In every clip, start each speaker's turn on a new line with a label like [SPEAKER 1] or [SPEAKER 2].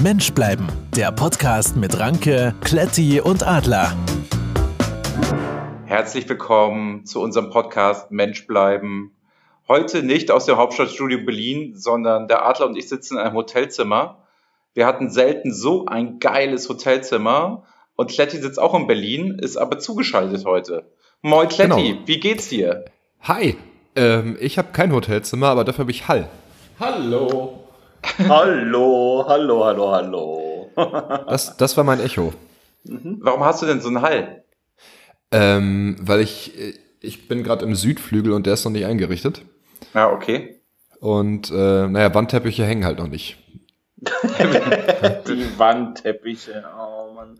[SPEAKER 1] Mensch bleiben. Der Podcast mit Ranke, Kletti und Adler.
[SPEAKER 2] Herzlich willkommen zu unserem Podcast Mensch bleiben. Heute nicht aus dem Hauptstadtstudio Berlin, sondern der Adler und ich sitzen in einem Hotelzimmer. Wir hatten selten so ein geiles Hotelzimmer und Kletti sitzt auch in Berlin, ist aber zugeschaltet heute. Moin Kletti,
[SPEAKER 3] Genau.
[SPEAKER 2] wie geht's dir?
[SPEAKER 3] Hi, ähm, ich habe kein Hotelzimmer, aber dafür habe ich Hall.
[SPEAKER 4] Hallo. Hallo, hallo, hallo, hallo.
[SPEAKER 3] Das, das war mein Echo.
[SPEAKER 2] Warum hast du denn so einen Hall?
[SPEAKER 3] Ähm, weil ich, äh, ich bin gerade im Südflügel und der ist noch nicht eingerichtet.
[SPEAKER 2] Ja, Ah, okay.
[SPEAKER 3] Und äh, naja, Wandteppiche hängen halt noch nicht.
[SPEAKER 4] Die Wandteppiche, oh Mann.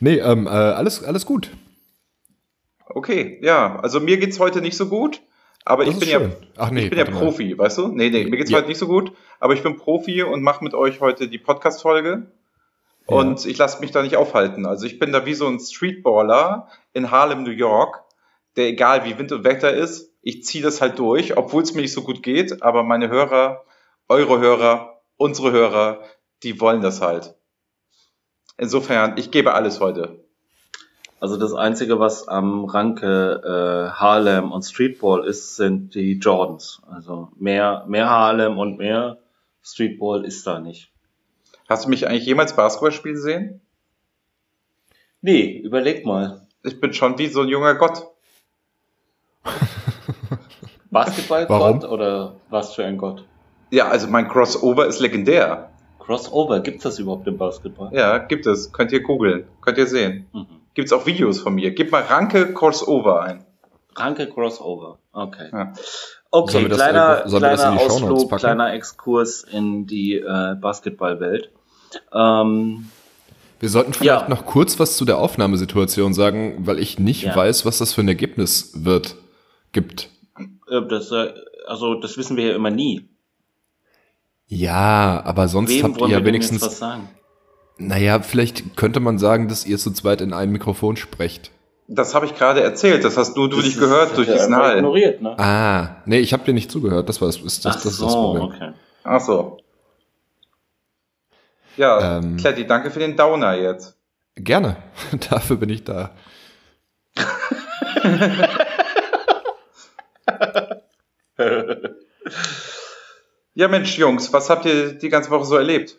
[SPEAKER 3] Nee, ähm, äh, alles, alles gut.
[SPEAKER 2] Okay, ja. Also mir geht's heute nicht so gut, aber
[SPEAKER 3] Das
[SPEAKER 2] ich
[SPEAKER 3] ist
[SPEAKER 2] bin ja
[SPEAKER 3] schön. Ach nee,
[SPEAKER 2] ich bin ja
[SPEAKER 3] warte mal.
[SPEAKER 2] Profi, weißt du? Nee, nee, mir geht's
[SPEAKER 3] Ja.
[SPEAKER 2] heute nicht so gut, aber ich bin Profi und mache mit euch heute die Podcast-Folge.
[SPEAKER 3] Ja.
[SPEAKER 2] Und ich lasse mich da nicht aufhalten. Also ich bin da wie so ein Streetballer in Harlem, New York, der egal wie Wind und Wetter ist, ich ziehe das halt durch, obwohl es mir nicht so gut geht, aber meine Hörer, eure Hörer, unsere Hörer, die wollen das halt. Insofern, ich gebe alles heute.
[SPEAKER 4] Also das Einzige, was am Ranke äh, Harlem und Streetball ist, sind die Jordans. Also mehr, mehr Harlem und mehr Streetball ist da nicht.
[SPEAKER 2] Hast du mich eigentlich jemals Basketball spielen sehen?
[SPEAKER 4] Nee, überleg mal.
[SPEAKER 2] Ich bin schon wie so ein junger Gott.
[SPEAKER 3] Warum?
[SPEAKER 4] Basketballgott oder was für ein Gott?
[SPEAKER 2] Ja, also mein Crossover ist legendär.
[SPEAKER 4] Crossover, gibt's das überhaupt im Basketball?
[SPEAKER 2] Ja, gibt es. Könnt ihr googeln. Könnt ihr sehen.
[SPEAKER 4] Mhm.
[SPEAKER 2] Gibt's auch Videos von mir. Gebt mal Ranke Crossover ein.
[SPEAKER 4] Ranke Crossover, okay.
[SPEAKER 2] Ja.
[SPEAKER 4] Okay,
[SPEAKER 3] Sollen wir das
[SPEAKER 4] kleiner,
[SPEAKER 3] irgendwo- sollen wir das
[SPEAKER 4] kleiner
[SPEAKER 3] in die Shownotes
[SPEAKER 4] Ausflug,
[SPEAKER 3] packen?
[SPEAKER 4] kleiner Exkurs in die äh, Basketballwelt. Ähm,
[SPEAKER 3] Wir sollten vielleicht
[SPEAKER 4] Ja.
[SPEAKER 3] noch kurz was zu der Aufnahmesituation sagen, weil ich nicht
[SPEAKER 4] Ja.
[SPEAKER 3] weiß, was das für ein Ergebnis wird. Gibt.
[SPEAKER 4] äh, das, äh, also das wissen wir ja immer nie.
[SPEAKER 3] Ja, aber sonst habt ihr
[SPEAKER 4] wollen wir
[SPEAKER 3] ja
[SPEAKER 4] denn jetzt
[SPEAKER 3] wenigstens
[SPEAKER 4] was sagen?
[SPEAKER 3] Naja, vielleicht könnte man sagen, dass ihr zu zweit in einem Mikrofon sprecht.
[SPEAKER 2] Das habe ich gerade erzählt. Das hast nur du
[SPEAKER 4] Das
[SPEAKER 2] nicht
[SPEAKER 4] ist-
[SPEAKER 2] gehört
[SPEAKER 4] das
[SPEAKER 2] durch
[SPEAKER 4] hat er
[SPEAKER 2] diesen
[SPEAKER 4] einfach
[SPEAKER 2] Hall.
[SPEAKER 4] Ignoriert, ne?
[SPEAKER 3] Ah, nee, ich habe dir nicht zugehört. Das war das, ist das,
[SPEAKER 4] Ach
[SPEAKER 3] das, ist
[SPEAKER 4] so,
[SPEAKER 3] das Problem.
[SPEAKER 4] okay.
[SPEAKER 2] Ach so. Ja,
[SPEAKER 3] Ähm.
[SPEAKER 2] Kletti, danke für den Downer jetzt.
[SPEAKER 3] Gerne. Dafür bin ich da.
[SPEAKER 2] Ja, Mensch, Jungs, was habt ihr die ganze Woche so erlebt?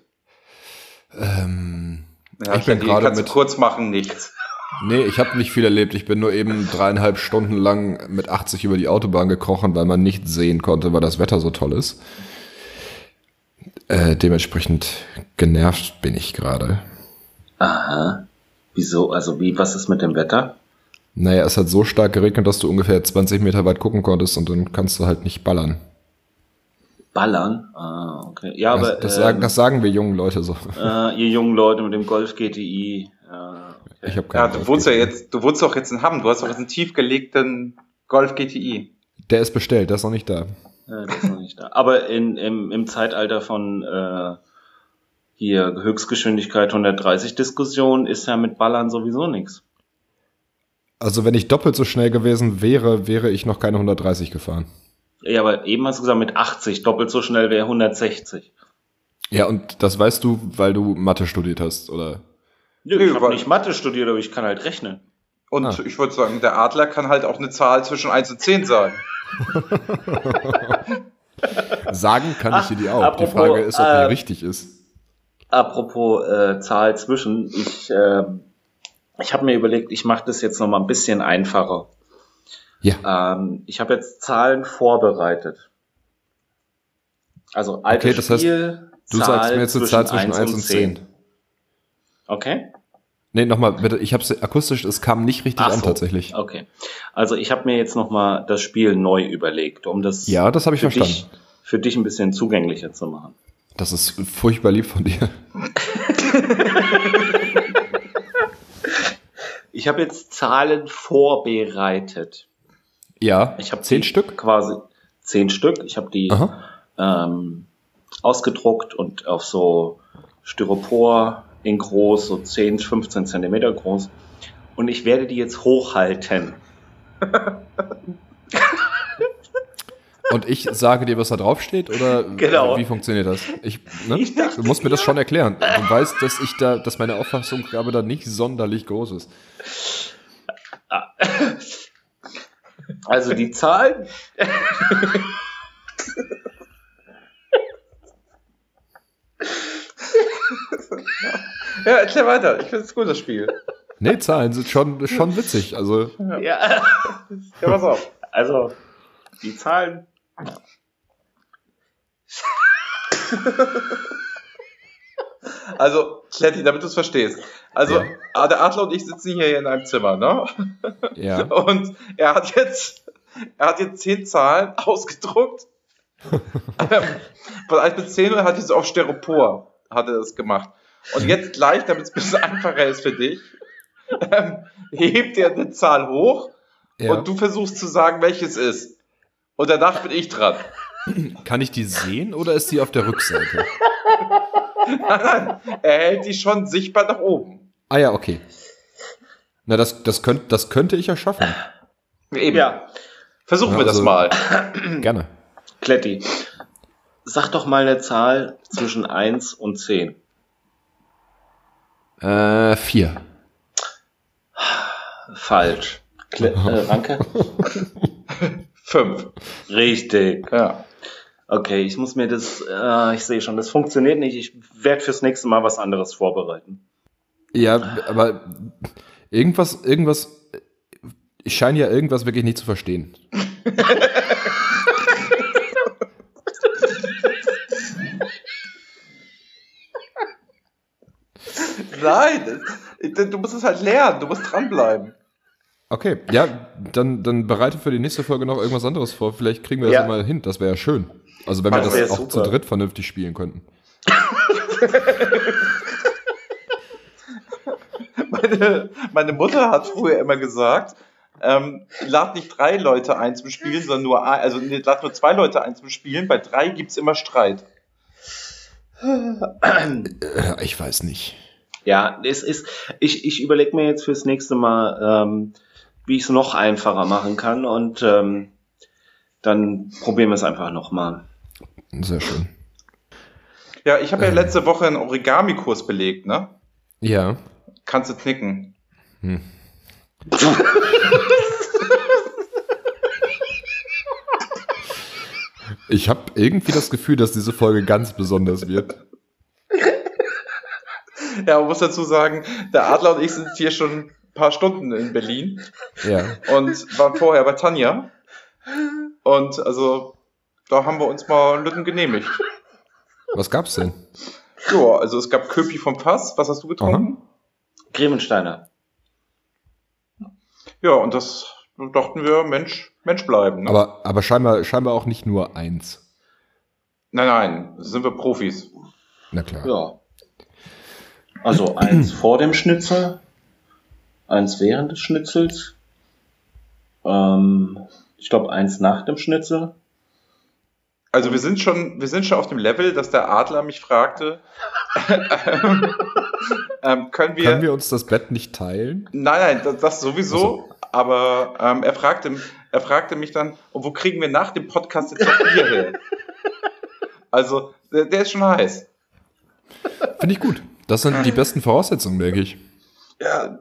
[SPEAKER 3] Ähm,
[SPEAKER 2] Ja,
[SPEAKER 3] Ich bin
[SPEAKER 2] Kletti,
[SPEAKER 3] gerade
[SPEAKER 2] kannst du
[SPEAKER 3] mit-
[SPEAKER 2] kurz machen, nichts.
[SPEAKER 3] nee, ich habe nicht viel erlebt. Ich bin nur eben dreieinhalb Stunden lang mit 80 über die Autobahn gekrochen, weil man nicht sehen konnte, weil das Wetter so toll ist. Äh, dementsprechend genervt bin ich gerade.
[SPEAKER 4] Aha. Wieso? Also wie, was ist mit dem Wetter?
[SPEAKER 3] Naja, es hat so stark geregnet, dass du ungefähr 20 Meter weit gucken konntest und dann kannst du halt nicht ballern.
[SPEAKER 4] Ballern? Ah, okay. Ja,
[SPEAKER 3] Das,
[SPEAKER 4] aber
[SPEAKER 3] das, sagen, das sagen wir jungen Leute so.
[SPEAKER 4] ähm, äh, ihr jungen Leute mit dem Golf GTI. Äh,
[SPEAKER 3] Ich
[SPEAKER 2] Ja,
[SPEAKER 3] habe keine
[SPEAKER 2] du
[SPEAKER 3] Ahnung.
[SPEAKER 2] wohnst ja jetzt, du wohnst doch jetzt in Hamm. Du hast doch jetzt einen tiefgelegten Golf GTI.
[SPEAKER 3] Der ist bestellt, der ist noch nicht da.
[SPEAKER 4] Äh, das ist noch nicht da. Aber in, im, im Zeitalter von äh, hier Höchstgeschwindigkeit 130 Diskussion ist ja mit Ballern sowieso nichts.
[SPEAKER 3] Also wenn ich doppelt so schnell gewesen wäre, wäre ich noch keine 130 gefahren.
[SPEAKER 4] Ja, aber eben hast du gesagt, mit 80 doppelt so schnell wäre 160.
[SPEAKER 3] Ja, und das weißt du, weil du Mathe studiert hast, oder?
[SPEAKER 4] Nö,
[SPEAKER 2] Nö,
[SPEAKER 4] ich habe
[SPEAKER 2] weil-
[SPEAKER 4] nicht Mathe studiert, aber ich kann halt rechnen.
[SPEAKER 2] Und
[SPEAKER 3] Ah.
[SPEAKER 2] ich würde sagen, der Adler kann halt auch eine Zahl zwischen 1 und 10 sagen.
[SPEAKER 3] Sagen kann ich dir die auch.
[SPEAKER 4] apropos,
[SPEAKER 3] die Frage ist, ob
[SPEAKER 4] äh,
[SPEAKER 3] die richtig ist.
[SPEAKER 4] Apropos äh, Zahl zwischen, ich, äh, ich habe mir überlegt, ich mache das jetzt nochmal ein bisschen einfacher.
[SPEAKER 3] Ja.
[SPEAKER 4] Ähm, ich habe jetzt Zahlen vorbereitet. Also altes
[SPEAKER 3] Okay, das heißt,
[SPEAKER 4] Spiel,
[SPEAKER 3] Du sagst mir jetzt eine Zahl zwischen 1 und 10.
[SPEAKER 4] Okay?
[SPEAKER 3] Nee, nochmal, bitte, ich hab's akustisch, es kam nicht richtig
[SPEAKER 4] Ach
[SPEAKER 3] an
[SPEAKER 4] so.
[SPEAKER 3] tatsächlich.
[SPEAKER 4] Okay. Also ich habe mir jetzt nochmal das Spiel neu überlegt, um das
[SPEAKER 3] Ja, das habe ich
[SPEAKER 4] für,
[SPEAKER 3] verstanden.
[SPEAKER 4] dich, für dich ein bisschen zugänglicher zu machen.
[SPEAKER 3] Das ist furchtbar lieb von dir.
[SPEAKER 4] Ich habe jetzt Zahlen vorbereitet.
[SPEAKER 3] Ja,
[SPEAKER 4] Ich habe
[SPEAKER 3] zehn
[SPEAKER 4] die
[SPEAKER 3] Stück.
[SPEAKER 4] Quasi zehn Stück. Ich habe die
[SPEAKER 3] Aha.
[SPEAKER 4] ähm, ausgedruckt und auf so Styropor in groß, so 10, 15 Zentimeter groß. Und ich werde die jetzt hochhalten.
[SPEAKER 3] Und ich sage dir, was da drauf steht? Oder äh,
[SPEAKER 4] Genau.
[SPEAKER 3] wie funktioniert das? Ich, ne?
[SPEAKER 4] Ich dachte
[SPEAKER 3] Du musst mir das schon erklären. Du weißt, dass ich da, dass meine Auffassungsgabe da nicht sonderlich groß ist.
[SPEAKER 4] Also die Zahlen.
[SPEAKER 2] Ja, erklär weiter. Ich finde es gut, das Spiel.
[SPEAKER 3] Nee, Zahlen sind schon, schon witzig. Also,
[SPEAKER 4] Ja.
[SPEAKER 2] Ja, pass auf.
[SPEAKER 4] Also die Zahlen.
[SPEAKER 2] Also, Kletti, damit du es verstehst. Also, der Adler und ich sitzen hier in einem Zimmer, ne?
[SPEAKER 3] ja.
[SPEAKER 2] Und er hat jetzt, er hat jetzt zehn Zahlen ausgedruckt. Ähm, Von 1 bis 10 und hat jetzt auf Styropor hat er das gemacht. Und jetzt gleich, damit es ein bisschen einfacher ist für dich, ähm, hebt er eine Zahl hoch
[SPEAKER 3] ja.
[SPEAKER 2] und du versuchst zu sagen, welches ist. Und danach bin ich dran.
[SPEAKER 3] Kann ich die sehen oder ist die auf der Rückseite?
[SPEAKER 2] Er hält die schon sichtbar nach oben.
[SPEAKER 3] Ah ja, okay. Na, das, das, könnt, das könnte ich ja schaffen.
[SPEAKER 2] Eben.
[SPEAKER 4] Ja,
[SPEAKER 2] Versuchen wir
[SPEAKER 3] Also-
[SPEAKER 2] das mal.
[SPEAKER 3] Gerne.
[SPEAKER 4] Kletti. Sag doch mal eine Zahl zwischen 1 und 10.
[SPEAKER 3] Äh, vier.
[SPEAKER 4] Falsch. Kle äh, Ranke?
[SPEAKER 2] Fünf.
[SPEAKER 4] Richtig.
[SPEAKER 2] Ja.
[SPEAKER 4] Okay, ich muss mir das, äh, ich sehe schon, das funktioniert nicht. Ich werde fürs nächste Mal was anderes vorbereiten.
[SPEAKER 3] Ja, aber irgendwas, irgendwas, ich scheine ja irgendwas wirklich nicht zu verstehen.
[SPEAKER 2] Nein, das- du musst es halt lernen, du musst dranbleiben.
[SPEAKER 3] Okay, ja, dann, dann bereite für die nächste Folge noch irgendwas anderes vor. Vielleicht kriegen wir das
[SPEAKER 4] Ja.
[SPEAKER 3] ja. mal hin. Das wäre ja schön. Also wenn wir
[SPEAKER 2] Das
[SPEAKER 3] das,
[SPEAKER 4] wär
[SPEAKER 3] auch
[SPEAKER 4] super.
[SPEAKER 3] zu dritt vernünftig spielen könnten.
[SPEAKER 2] Meine, meine Mutter hat früher immer gesagt, ähm, lad nicht drei Leute ein zum Spielen, sondern nur ein, also nee, lad nur zwei Leute ein zum Spielen, bei drei gibt's immer Streit.
[SPEAKER 3] Äh, Ich weiß nicht.
[SPEAKER 4] Ja, es ist, ich, ich überlege mir jetzt fürs nächste Mal, ähm, wie ich es noch einfacher machen kann und ähm, dann probieren wir es einfach nochmal.
[SPEAKER 3] Sehr schön.
[SPEAKER 2] Ja, ich habe ja letzte Woche einen Origami-Kurs belegt, ne?
[SPEAKER 3] Ja.
[SPEAKER 2] Kannst du knicken.
[SPEAKER 3] Hm. Ich habe irgendwie das Gefühl, dass diese Folge ganz besonders wird.
[SPEAKER 2] Ja, man muss dazu sagen, der Adler und ich sind hier schon ein paar Stunden in Berlin
[SPEAKER 3] Ja.
[SPEAKER 2] und waren vorher bei Tanja. Und also, da haben wir uns mal Lütten genehmigt.
[SPEAKER 3] Was gab's denn?
[SPEAKER 2] Ja, also es gab Köpi vom Fass. Was hast du getrunken?
[SPEAKER 4] Gremensteiner.
[SPEAKER 2] Ja, und das dachten wir, Mensch, Mensch bleiben. Ne?
[SPEAKER 3] Aber, aber scheinbar, scheinbar auch nicht nur eins.
[SPEAKER 2] nein, nein, sind wir Profis.
[SPEAKER 3] Na klar.
[SPEAKER 4] Ja. Also eins vor dem Schnitzel, eins während des Schnitzels, ähm, ich glaube eins nach dem Schnitzel.
[SPEAKER 2] Also wir sind schon, wir sind schon auf dem Level, dass der Adler mich fragte, ähm, können, wir,
[SPEAKER 3] Können wir uns das Bett nicht teilen?
[SPEAKER 2] Nein, nein, das, das sowieso.
[SPEAKER 3] Ach so.
[SPEAKER 2] Aber ähm, er, fragte, er fragte mich dann, und wo kriegen wir nach dem Podcast jetzt noch Bier her? Also, der, der ist schon heiß.
[SPEAKER 3] Finde ich gut. Das sind die besten Voraussetzungen, denke ich.
[SPEAKER 2] Ja,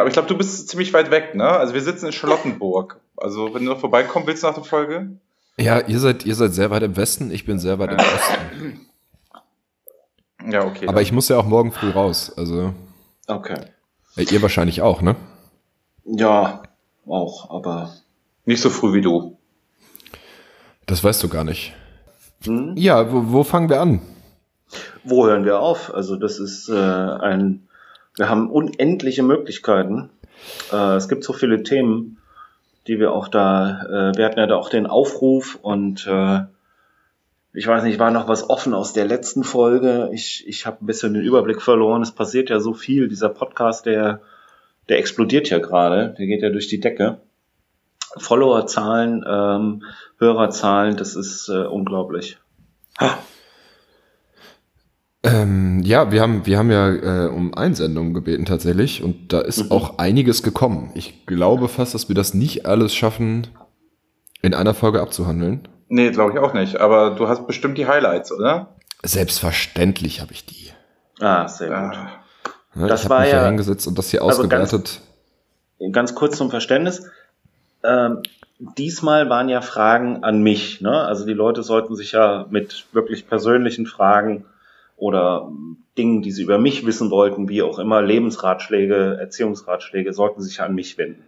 [SPEAKER 2] aber ich glaube, du bist ziemlich weit weg, ne? Also wir sitzen in Charlottenburg. Also, wenn du noch vorbeikommen willst nach der Folge,
[SPEAKER 3] Ja, ihr seid, ihr seid sehr weit im Westen, ich bin sehr weit im Osten.
[SPEAKER 2] Ja, okay.
[SPEAKER 3] Aber ich muss ja auch morgen früh raus. Also,
[SPEAKER 4] Okay.
[SPEAKER 3] äh, ihr wahrscheinlich auch, ne?
[SPEAKER 4] Ja, auch, aber.
[SPEAKER 2] nicht so früh wie du.
[SPEAKER 3] Das weißt du gar nicht.
[SPEAKER 4] Hm?
[SPEAKER 3] Ja, wo, wo fangen wir an?
[SPEAKER 4] Wo hören wir auf? Also das ist äh, ein, wir haben unendliche Möglichkeiten. Äh, es gibt so viele Themen, die wir auch da, äh, wir hatten ja da auch den Aufruf und äh, ich weiß nicht, war noch was offen aus der letzten Folge. Ich, ich habe ein bisschen den Überblick verloren. Es passiert ja so viel. Dieser Podcast, der, der explodiert ja gerade. Der geht ja durch die Decke. Followerzahlen, ähm, Hörerzahlen, das ist äh, unglaublich.
[SPEAKER 3] Ähm, ja, wir haben, wir haben ja äh, um Einsendungen gebeten tatsächlich und da ist
[SPEAKER 4] Mhm.
[SPEAKER 3] auch einiges gekommen. Ich glaube fast, dass wir das nicht alles schaffen, in einer Folge abzuhandeln.
[SPEAKER 2] Nee, glaube ich auch nicht. Aber du hast bestimmt die Highlights, oder?
[SPEAKER 3] Selbstverständlich habe ich die.
[SPEAKER 4] Ah, sehr gut.
[SPEAKER 2] Ja.
[SPEAKER 3] Ne,
[SPEAKER 4] Das
[SPEAKER 3] ich hab
[SPEAKER 4] war
[SPEAKER 3] mich
[SPEAKER 4] ja-
[SPEAKER 3] ja hingesetzt und das hier
[SPEAKER 4] Also ganz-
[SPEAKER 3] ausgewertet.
[SPEAKER 4] Ganz kurz zum Verständnis. Ähm, diesmal waren ja Fragen an mich. Ne? Also die Leute sollten sich ja mit wirklich persönlichen Fragen oder ähm, Dingen, die sie über mich wissen wollten, wie auch immer, Lebensratschläge, Erziehungsratschläge, sollten sich ja an mich wenden.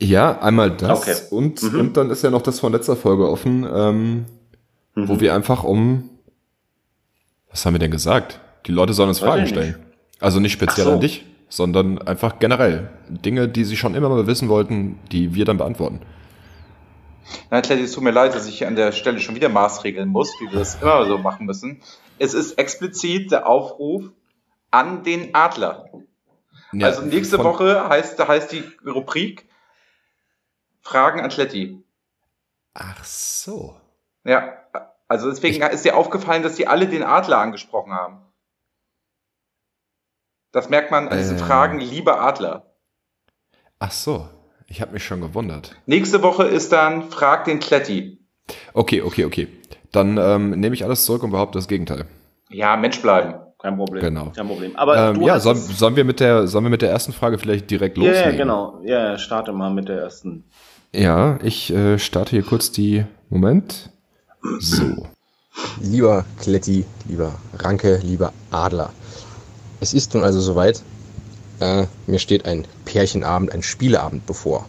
[SPEAKER 3] Ja, einmal das
[SPEAKER 4] Okay.
[SPEAKER 3] und,
[SPEAKER 4] Mhm.
[SPEAKER 3] und dann ist ja noch das von letzter Folge offen, ähm,
[SPEAKER 4] Mhm.
[SPEAKER 3] wo wir einfach um. Was haben wir denn gesagt? Die Leute sollen uns
[SPEAKER 4] Weiß
[SPEAKER 3] Fragen
[SPEAKER 4] ich nicht.
[SPEAKER 3] stellen. Also nicht speziell
[SPEAKER 4] Ach so.
[SPEAKER 3] an dich, sondern einfach generell. Dinge, die sie schon immer mal wissen wollten, die wir dann beantworten.
[SPEAKER 2] Nein, Kletti, es tut mir leid, dass ich an der Stelle schon wieder maßregeln muss, wie wir das immer so machen müssen. Es ist explizit der Aufruf an den Adler.
[SPEAKER 3] Ja,
[SPEAKER 2] also nächste
[SPEAKER 3] von-
[SPEAKER 2] Woche heißt, heißt die Rubrik Fragen an Kletti.
[SPEAKER 3] Ach so.
[SPEAKER 2] Ja, also deswegen ist dir aufgefallen, dass die alle den Adler angesprochen haben. Das merkt man an diesen
[SPEAKER 3] Äh.
[SPEAKER 2] Fragen, lieber Adler.
[SPEAKER 3] Ach so. Ich habe mich schon gewundert.
[SPEAKER 2] Nächste Woche ist dann Frag den Kletti.
[SPEAKER 3] Okay, okay, okay. Dann ähm, nehme ich alles zurück und behaupte das Gegenteil.
[SPEAKER 2] Ja, Mensch bleiben.
[SPEAKER 4] Kein Problem.
[SPEAKER 3] Genau.
[SPEAKER 4] Kein Problem. Aber
[SPEAKER 3] ähm,
[SPEAKER 4] du
[SPEAKER 3] ja,
[SPEAKER 4] hast
[SPEAKER 3] sollen,
[SPEAKER 4] es-
[SPEAKER 3] sollen, wir mit der, sollen wir mit der ersten Frage vielleicht direkt
[SPEAKER 4] Ja,
[SPEAKER 3] loslegen?
[SPEAKER 4] ja, genau. Ja, ja, starte mal mit der ersten.
[SPEAKER 3] Ja, ich äh, starte hier kurz die. Moment. So.
[SPEAKER 5] Lieber Kletti, lieber Ranke, lieber Adler. Es ist nun also soweit. Äh, mir steht ein Pärchenabend, ein Spieleabend bevor.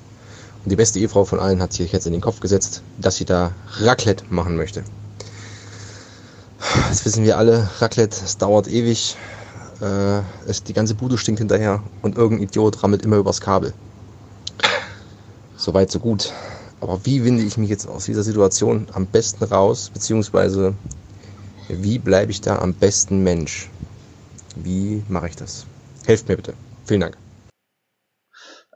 [SPEAKER 5] Und die beste Ehefrau von allen hat sich jetzt in den Kopf gesetzt, dass sie da Raclette machen möchte. Das wissen wir alle, Raclette, es dauert ewig. Äh, es, die ganze Bude stinkt hinterher und irgendein Idiot rammelt immer übers Kabel. Soweit, so gut. Aber wie winde ich mich jetzt aus dieser Situation am besten raus, beziehungsweise wie bleibe ich da am besten Mensch? Wie mache ich das? Helft mir bitte. Vielen Dank.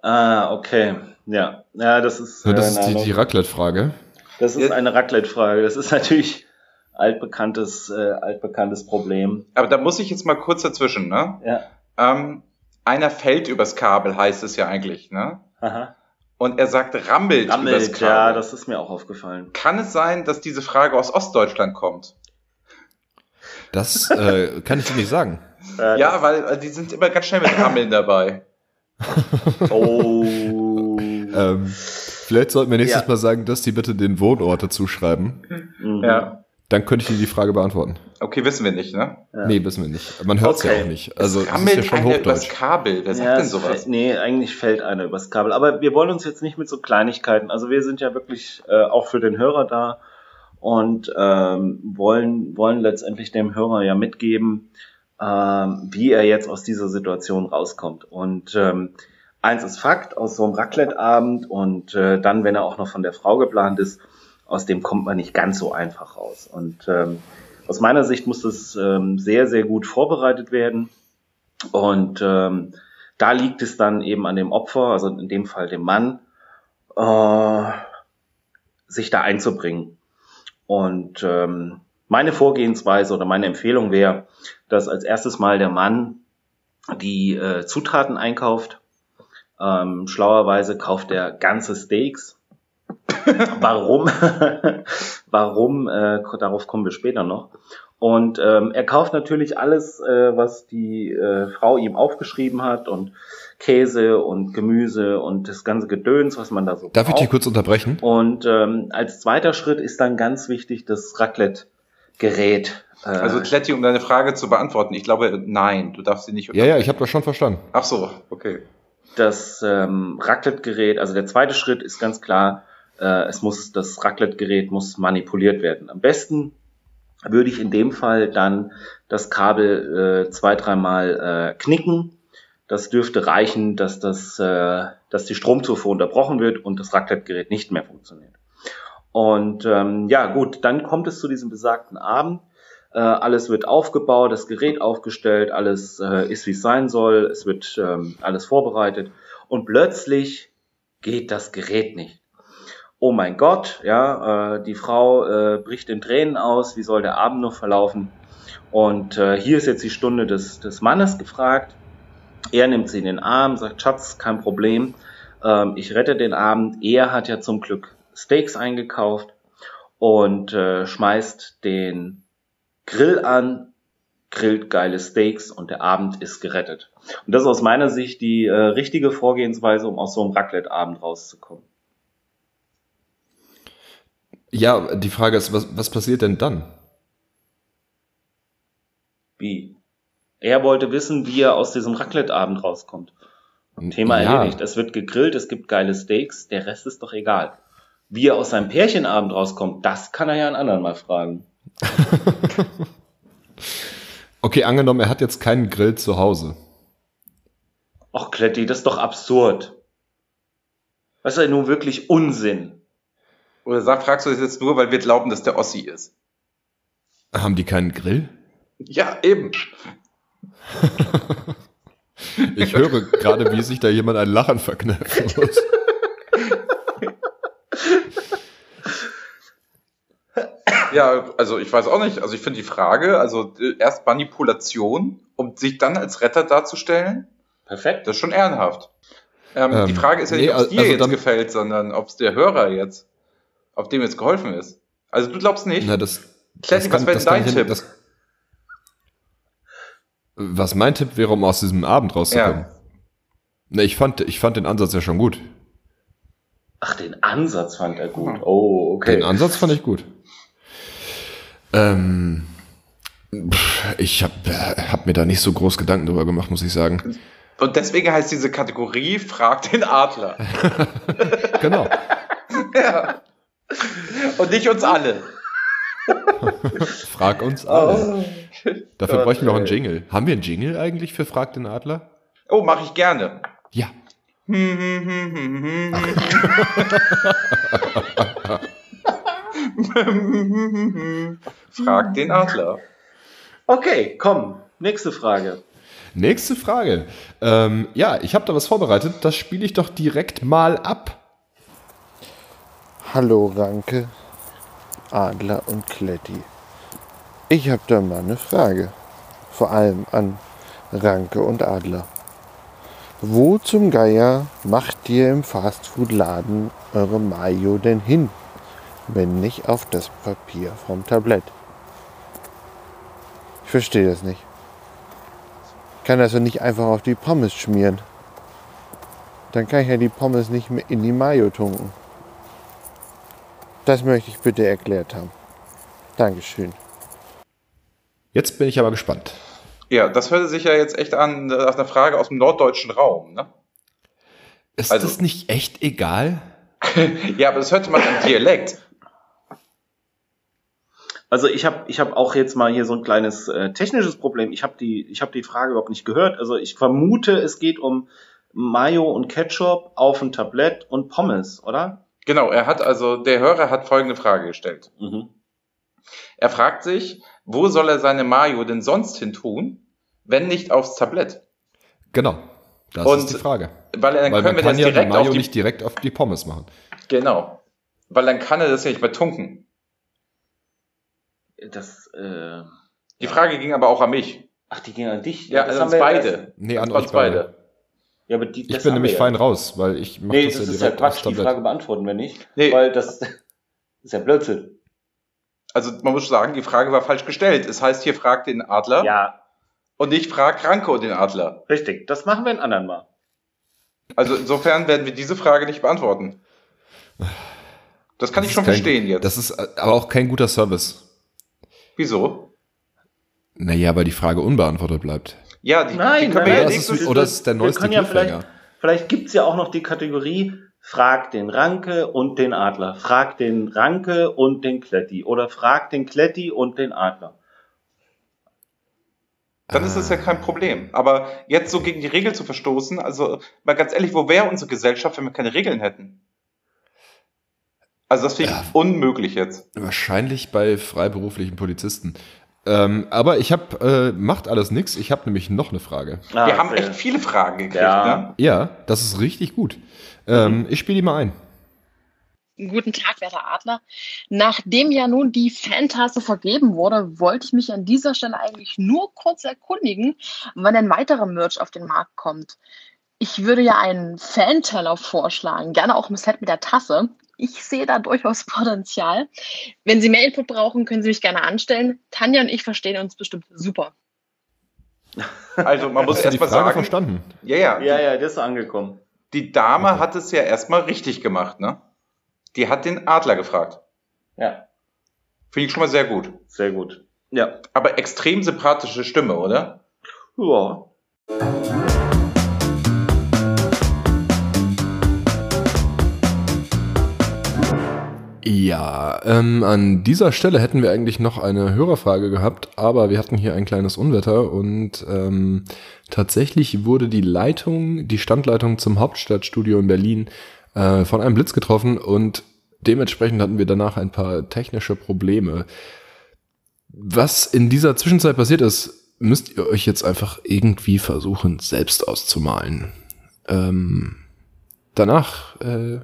[SPEAKER 4] Ah, okay. Ja, ja das ist,
[SPEAKER 3] So, das
[SPEAKER 4] äh,
[SPEAKER 3] ist die,
[SPEAKER 4] na,
[SPEAKER 3] die Raclette-Frage.
[SPEAKER 4] das ist
[SPEAKER 2] Jetzt-
[SPEAKER 4] eine Raclette-Frage. Das ist natürlich altbekanntes, äh, altbekanntes Problem.
[SPEAKER 2] Aber da muss ich jetzt mal kurz dazwischen, ne?
[SPEAKER 4] Ja.
[SPEAKER 2] Ähm, einer fällt übers Kabel, heißt es ja eigentlich, ne?
[SPEAKER 4] Aha.
[SPEAKER 2] Und er sagt rammelt, übers
[SPEAKER 4] Rammelt,
[SPEAKER 2] Kabel.
[SPEAKER 4] ja, das ist mir auch aufgefallen.
[SPEAKER 2] Kann es sein, dass diese Frage aus Ostdeutschland kommt?
[SPEAKER 3] Das äh, kann ich dir nicht sagen.
[SPEAKER 4] Äh,
[SPEAKER 2] Ja, weil äh, die sind immer ganz schnell mit Rammeln dabei.
[SPEAKER 4] das- Oh.
[SPEAKER 3] Ähm, vielleicht sollten wir nächstes
[SPEAKER 4] Ja.
[SPEAKER 3] Mal sagen, dass die bitte den Wohnort dazu schreiben.
[SPEAKER 4] Mhm.
[SPEAKER 2] Ja.
[SPEAKER 3] Dann könnte ich dir die Frage beantworten.
[SPEAKER 2] Okay, wissen wir nicht, ne?
[SPEAKER 4] Ja.
[SPEAKER 3] Nee, wissen wir nicht. Man hört es
[SPEAKER 4] Okay.
[SPEAKER 3] ja auch nicht. Also, das ist
[SPEAKER 2] rammelt
[SPEAKER 3] ja schon
[SPEAKER 2] einer übers
[SPEAKER 3] Hochdeutsch.
[SPEAKER 2] Kabel. Wer sagt
[SPEAKER 4] Ja,
[SPEAKER 2] denn
[SPEAKER 4] es
[SPEAKER 2] sowas?
[SPEAKER 4] fällt- Nee, eigentlich fällt einer übers Kabel. Aber wir wollen uns jetzt nicht mit so Kleinigkeiten. Also wir sind ja wirklich äh, auch für den Hörer da und ähm, wollen, wollen letztendlich dem Hörer ja mitgeben, ähm, wie er jetzt aus dieser Situation rauskommt. Und ähm, eins ist Fakt, aus so einem Raclette-Abend und äh, dann, wenn er auch noch von der Frau geplant ist, aus dem kommt man nicht ganz so einfach raus. Und ähm, aus meiner Sicht muss das ähm, sehr, sehr gut vorbereitet werden. Und ähm, da liegt es dann eben an dem Opfer, also in dem Fall dem Mann, äh, sich da einzubringen. Und ähm, meine Vorgehensweise oder meine Empfehlung wäre, dass als erstes mal der Mann die äh, Zutaten einkauft. Ähm, schlauerweise kauft er ganze Steaks. Warum? Warum? Äh, darauf kommen wir später noch. Und ähm, er kauft natürlich alles, äh, was die äh, Frau ihm aufgeschrieben hat und Käse und Gemüse und das ganze Gedöns, was man da so
[SPEAKER 3] Darf ich
[SPEAKER 4] braucht.
[SPEAKER 3] dich kurz unterbrechen?
[SPEAKER 4] Und ähm, als zweiter Schritt ist dann ganz wichtig das Raclette-Gerät. Äh,
[SPEAKER 2] Also Kletti, um deine Frage zu beantworten, ich glaube, nein, du darfst sie nicht.
[SPEAKER 3] Ja, ja, ich habe das schon verstanden.
[SPEAKER 2] Ach so, okay.
[SPEAKER 4] das ähm, Raclette-Gerät, also der zweite Schritt ist ganz klar, äh, es muss, das Raclette-Gerät muss manipuliert werden. Am besten würde ich in dem Fall dann das Kabel äh, zwei, dreimal äh, knicken. Das dürfte reichen, dass, das, äh, dass die Stromzufuhr unterbrochen wird und das Raclette-Gerät nicht mehr funktioniert. Und ähm, ja, gut, dann kommt es zu diesem besagten Abend. Äh, alles wird aufgebaut, das Gerät aufgestellt, alles äh, ist wie es sein soll, es wird ähm, alles vorbereitet und plötzlich geht das Gerät nicht. Oh mein Gott, ja, äh, die Frau äh, bricht in Tränen aus, wie soll der Abend noch verlaufen? Und äh, hier ist jetzt die Stunde des, des Mannes gefragt. Er nimmt sie in den Arm, sagt, Schatz, kein Problem, ähm, ich rette den Abend. Er hat ja zum Glück Steaks eingekauft und äh, schmeißt den Grill an, grillt geile Steaks und der Abend ist gerettet. Und das ist aus meiner Sicht die äh, richtige Vorgehensweise, um aus so einem Raclette-Abend rauszukommen.
[SPEAKER 3] Ja, die Frage ist, was, was passiert denn dann?
[SPEAKER 4] Wie? Er wollte wissen, wie er aus diesem Raclette-Abend rauskommt. Thema
[SPEAKER 3] ja.
[SPEAKER 4] erledigt. Es wird gegrillt, es gibt geile Steaks, der Rest ist doch egal. Wie er aus seinem Pärchenabend rauskommt, das kann er ja einen anderen mal fragen.
[SPEAKER 3] Okay, angenommen, er hat jetzt keinen Grill zu Hause.
[SPEAKER 4] Och, Kletti, das ist doch absurd. Das ist ja nun wirklich Unsinn.
[SPEAKER 2] Oder sag, fragst du das jetzt nur, weil wir glauben, dass der Ossi ist?
[SPEAKER 3] Haben die keinen Grill?
[SPEAKER 2] Ja, eben.
[SPEAKER 3] Ich höre gerade, wie sich da jemand ein Lachen verkneifen muss.
[SPEAKER 2] Ja, also ich weiß auch nicht. Also ich finde die Frage, also äh, erst Manipulation, um sich dann als Retter darzustellen,
[SPEAKER 4] Perfekt.
[SPEAKER 2] das ist schon ehrenhaft. Ähm,
[SPEAKER 3] Ähm,
[SPEAKER 2] die Frage ist ja nicht,
[SPEAKER 3] nee,
[SPEAKER 2] ob es dir
[SPEAKER 3] also
[SPEAKER 2] jetzt
[SPEAKER 3] dann-
[SPEAKER 2] gefällt, sondern ob es der Hörer jetzt, ob dem jetzt geholfen ist. Also du glaubst nicht?
[SPEAKER 3] Na, das,
[SPEAKER 2] Classic, was wäre denn dein
[SPEAKER 3] ich hin-
[SPEAKER 2] Tipp?
[SPEAKER 3] was mein Tipp wäre, um aus diesem Abend rauszukommen.
[SPEAKER 2] Ja.
[SPEAKER 3] Na, ich fand, ich fand den Ansatz ja schon gut.
[SPEAKER 4] Ach, den Ansatz fand er gut. Oh, okay.
[SPEAKER 3] Den Ansatz fand ich gut. Ähm, pff, ich habe hab mir da nicht so groß Gedanken drüber gemacht, muss ich sagen.
[SPEAKER 2] Und deswegen heißt diese Kategorie Frag den Adler.
[SPEAKER 3] Genau.
[SPEAKER 2] ja. Und nicht uns alle.
[SPEAKER 3] Frag uns
[SPEAKER 2] Oh.
[SPEAKER 3] alle. Dafür
[SPEAKER 2] Gott,
[SPEAKER 3] bräuchten wir auch einen
[SPEAKER 2] ey.
[SPEAKER 3] Jingle. Haben wir einen Jingle eigentlich für Frag den Adler?
[SPEAKER 2] Oh, mache ich gerne.
[SPEAKER 3] Ja.
[SPEAKER 2] Frag den Adler.
[SPEAKER 4] Okay, komm. Nächste Frage.
[SPEAKER 3] Nächste Frage. Ähm, ja, ich habe da was vorbereitet. Das spiele ich doch direkt mal ab.
[SPEAKER 6] Hallo Ranke, Adler und Kletti. Ich habe da mal eine Frage. Vor allem an Ranke und Adler. Wo zum Geier macht ihr im Fastfood-Laden eure Mayo denn hin, wenn nicht auf das Papier vom Tablett? Ich verstehe das nicht. Ich kann das doch nicht einfach auf die Pommes schmieren. Dann kann ich ja die Pommes nicht mehr in die Mayo tunken. Das möchte ich bitte erklärt haben. Dankeschön.
[SPEAKER 3] Jetzt bin ich aber gespannt.
[SPEAKER 2] Ja, das hörte sich ja jetzt echt an nach einer Frage aus dem norddeutschen Raum, ne?
[SPEAKER 3] Ist
[SPEAKER 2] Also-
[SPEAKER 3] das nicht echt egal?
[SPEAKER 2] Ja, aber das hörte man im Dialekt.
[SPEAKER 4] Also ich habe ich hab auch jetzt mal hier so ein kleines äh, technisches Problem. Ich habe die, ich hab die Frage überhaupt nicht gehört. Also ich vermute, es geht um Mayo und Ketchup auf ein Tablett und Pommes, oder?
[SPEAKER 2] Genau, er hat also, der Hörer hat folgende Frage gestellt.
[SPEAKER 4] Mhm.
[SPEAKER 2] Er fragt sich, wo soll er seine Mayo denn sonst hin tun, wenn nicht aufs Tablett?
[SPEAKER 3] Genau. Das
[SPEAKER 2] Und-
[SPEAKER 3] ist die Frage.
[SPEAKER 2] Weil dann
[SPEAKER 3] Weil
[SPEAKER 2] können
[SPEAKER 3] man
[SPEAKER 2] wir
[SPEAKER 3] kann
[SPEAKER 2] das
[SPEAKER 3] ja die
[SPEAKER 2] direkt auf
[SPEAKER 3] Mayo
[SPEAKER 2] die,
[SPEAKER 3] nicht direkt auf die Pommes machen.
[SPEAKER 2] genau. Weil dann kann er das ja nicht mehr tunken.
[SPEAKER 4] Das, äh,
[SPEAKER 2] Die Frage ging aber auch an mich.
[SPEAKER 4] ach, die gehen an dich.
[SPEAKER 2] Ja, also
[SPEAKER 4] haben
[SPEAKER 2] uns
[SPEAKER 4] wir
[SPEAKER 2] beide.
[SPEAKER 3] Nee, an
[SPEAKER 2] An
[SPEAKER 3] euch
[SPEAKER 2] uns beide.
[SPEAKER 3] beide.
[SPEAKER 4] Ja, aber die,
[SPEAKER 3] Ich
[SPEAKER 4] das
[SPEAKER 3] bin
[SPEAKER 4] haben
[SPEAKER 3] nämlich
[SPEAKER 4] wir
[SPEAKER 3] fein
[SPEAKER 4] ja.
[SPEAKER 3] raus, weil ich mache
[SPEAKER 4] Nee,
[SPEAKER 3] das,
[SPEAKER 4] das,
[SPEAKER 3] ja
[SPEAKER 4] ist ja
[SPEAKER 3] direkt aufs
[SPEAKER 4] Quatsch, die
[SPEAKER 3] Tablett.
[SPEAKER 4] Frage beantworten wir nicht.
[SPEAKER 2] Nee.
[SPEAKER 4] Weil das ist ja Blödsinn.
[SPEAKER 2] Also man muss sagen, die Frage war falsch gestellt. Es heißt hier frag den Adler
[SPEAKER 4] Ja,
[SPEAKER 2] und ich frag Ranko den Adler.
[SPEAKER 4] richtig. Das machen wir einen anderen Mal.
[SPEAKER 2] Also insofern werden wir diese Frage nicht beantworten. Das kann
[SPEAKER 3] Das
[SPEAKER 2] ich
[SPEAKER 3] ist
[SPEAKER 2] schon
[SPEAKER 3] kein-
[SPEAKER 2] verstehen jetzt.
[SPEAKER 3] Das ist äh, aber auch kein guter Service.
[SPEAKER 2] Wieso?
[SPEAKER 3] Naja, weil die Frage unbeantwortet bleibt.
[SPEAKER 2] Ja, die, die
[SPEAKER 4] Nein,
[SPEAKER 2] können
[SPEAKER 4] nein,
[SPEAKER 2] wir
[SPEAKER 4] nein,
[SPEAKER 2] ja
[SPEAKER 3] das
[SPEAKER 2] nicht
[SPEAKER 3] ist
[SPEAKER 2] so
[SPEAKER 3] wie- oder ist der
[SPEAKER 4] wir
[SPEAKER 3] neueste
[SPEAKER 4] können ja vielleicht,
[SPEAKER 3] Cliffhanger.
[SPEAKER 4] vielleicht gibt's ja auch noch die Kategorie Frag den Ranke und den Adler. Frag den Ranke und den Kletti. Oder frag den Kletti und den Adler.
[SPEAKER 2] Dann ist
[SPEAKER 3] Ah.
[SPEAKER 2] das ja kein Problem. Aber jetzt so gegen die Regel zu verstoßen, also mal ganz ehrlich, wo wäre unsere Gesellschaft, wenn wir keine Regeln hätten? Also das finde ich
[SPEAKER 3] Ja.
[SPEAKER 2] unmöglich jetzt.
[SPEAKER 3] Wahrscheinlich bei freiberuflichen Polizisten. Ähm, aber ich habe, äh, macht alles nix. Ich habe nämlich noch eine Frage.
[SPEAKER 4] Ah,
[SPEAKER 2] wir haben
[SPEAKER 4] sehr-
[SPEAKER 2] echt viele Fragen gekriegt,
[SPEAKER 4] Ja.
[SPEAKER 2] ne?
[SPEAKER 3] Ja, das ist richtig gut. Ähm, Ich spiele die mal ein.
[SPEAKER 7] Guten Tag, werter Adler. Nachdem ja nun die Fantasse vergeben wurde, wollte ich mich an dieser Stelle eigentlich nur kurz erkundigen, wann denn weitere Merch auf den Markt kommt. Ich würde ja einen Fanteller vorschlagen, gerne auch im Set mit der Tasse. ich sehe da durchaus Potenzial. Wenn Sie mehr Input brauchen, können Sie mich gerne anstellen. Tanja und ich verstehen uns bestimmt super.
[SPEAKER 2] Also man muss
[SPEAKER 3] Hast du die
[SPEAKER 2] erstmal
[SPEAKER 3] Frage
[SPEAKER 2] sagen,
[SPEAKER 3] verstanden?
[SPEAKER 2] ja, ja,
[SPEAKER 4] Ja, ja, das ist angekommen.
[SPEAKER 2] die Dame hat es ja erstmal richtig gemacht, ne? Die hat den Adler gefragt.
[SPEAKER 4] Ja,
[SPEAKER 2] Finde ich schon mal sehr gut.
[SPEAKER 4] sehr gut. Ja.
[SPEAKER 2] Aber extrem sympathische Stimme, oder?
[SPEAKER 4] Ja.
[SPEAKER 3] Ja, ähm, an dieser Stelle hätten wir eigentlich noch eine Hörerfrage gehabt, aber wir hatten hier ein kleines Unwetter und ähm, tatsächlich wurde die Leitung, die Standleitung zum Hauptstadtstudio in Berlin äh, von einem Blitz getroffen und dementsprechend hatten wir danach ein paar technische Probleme. Was in dieser Zwischenzeit passiert ist, müsst ihr euch jetzt einfach irgendwie versuchen, selbst auszumalen. Ähm, danach äh,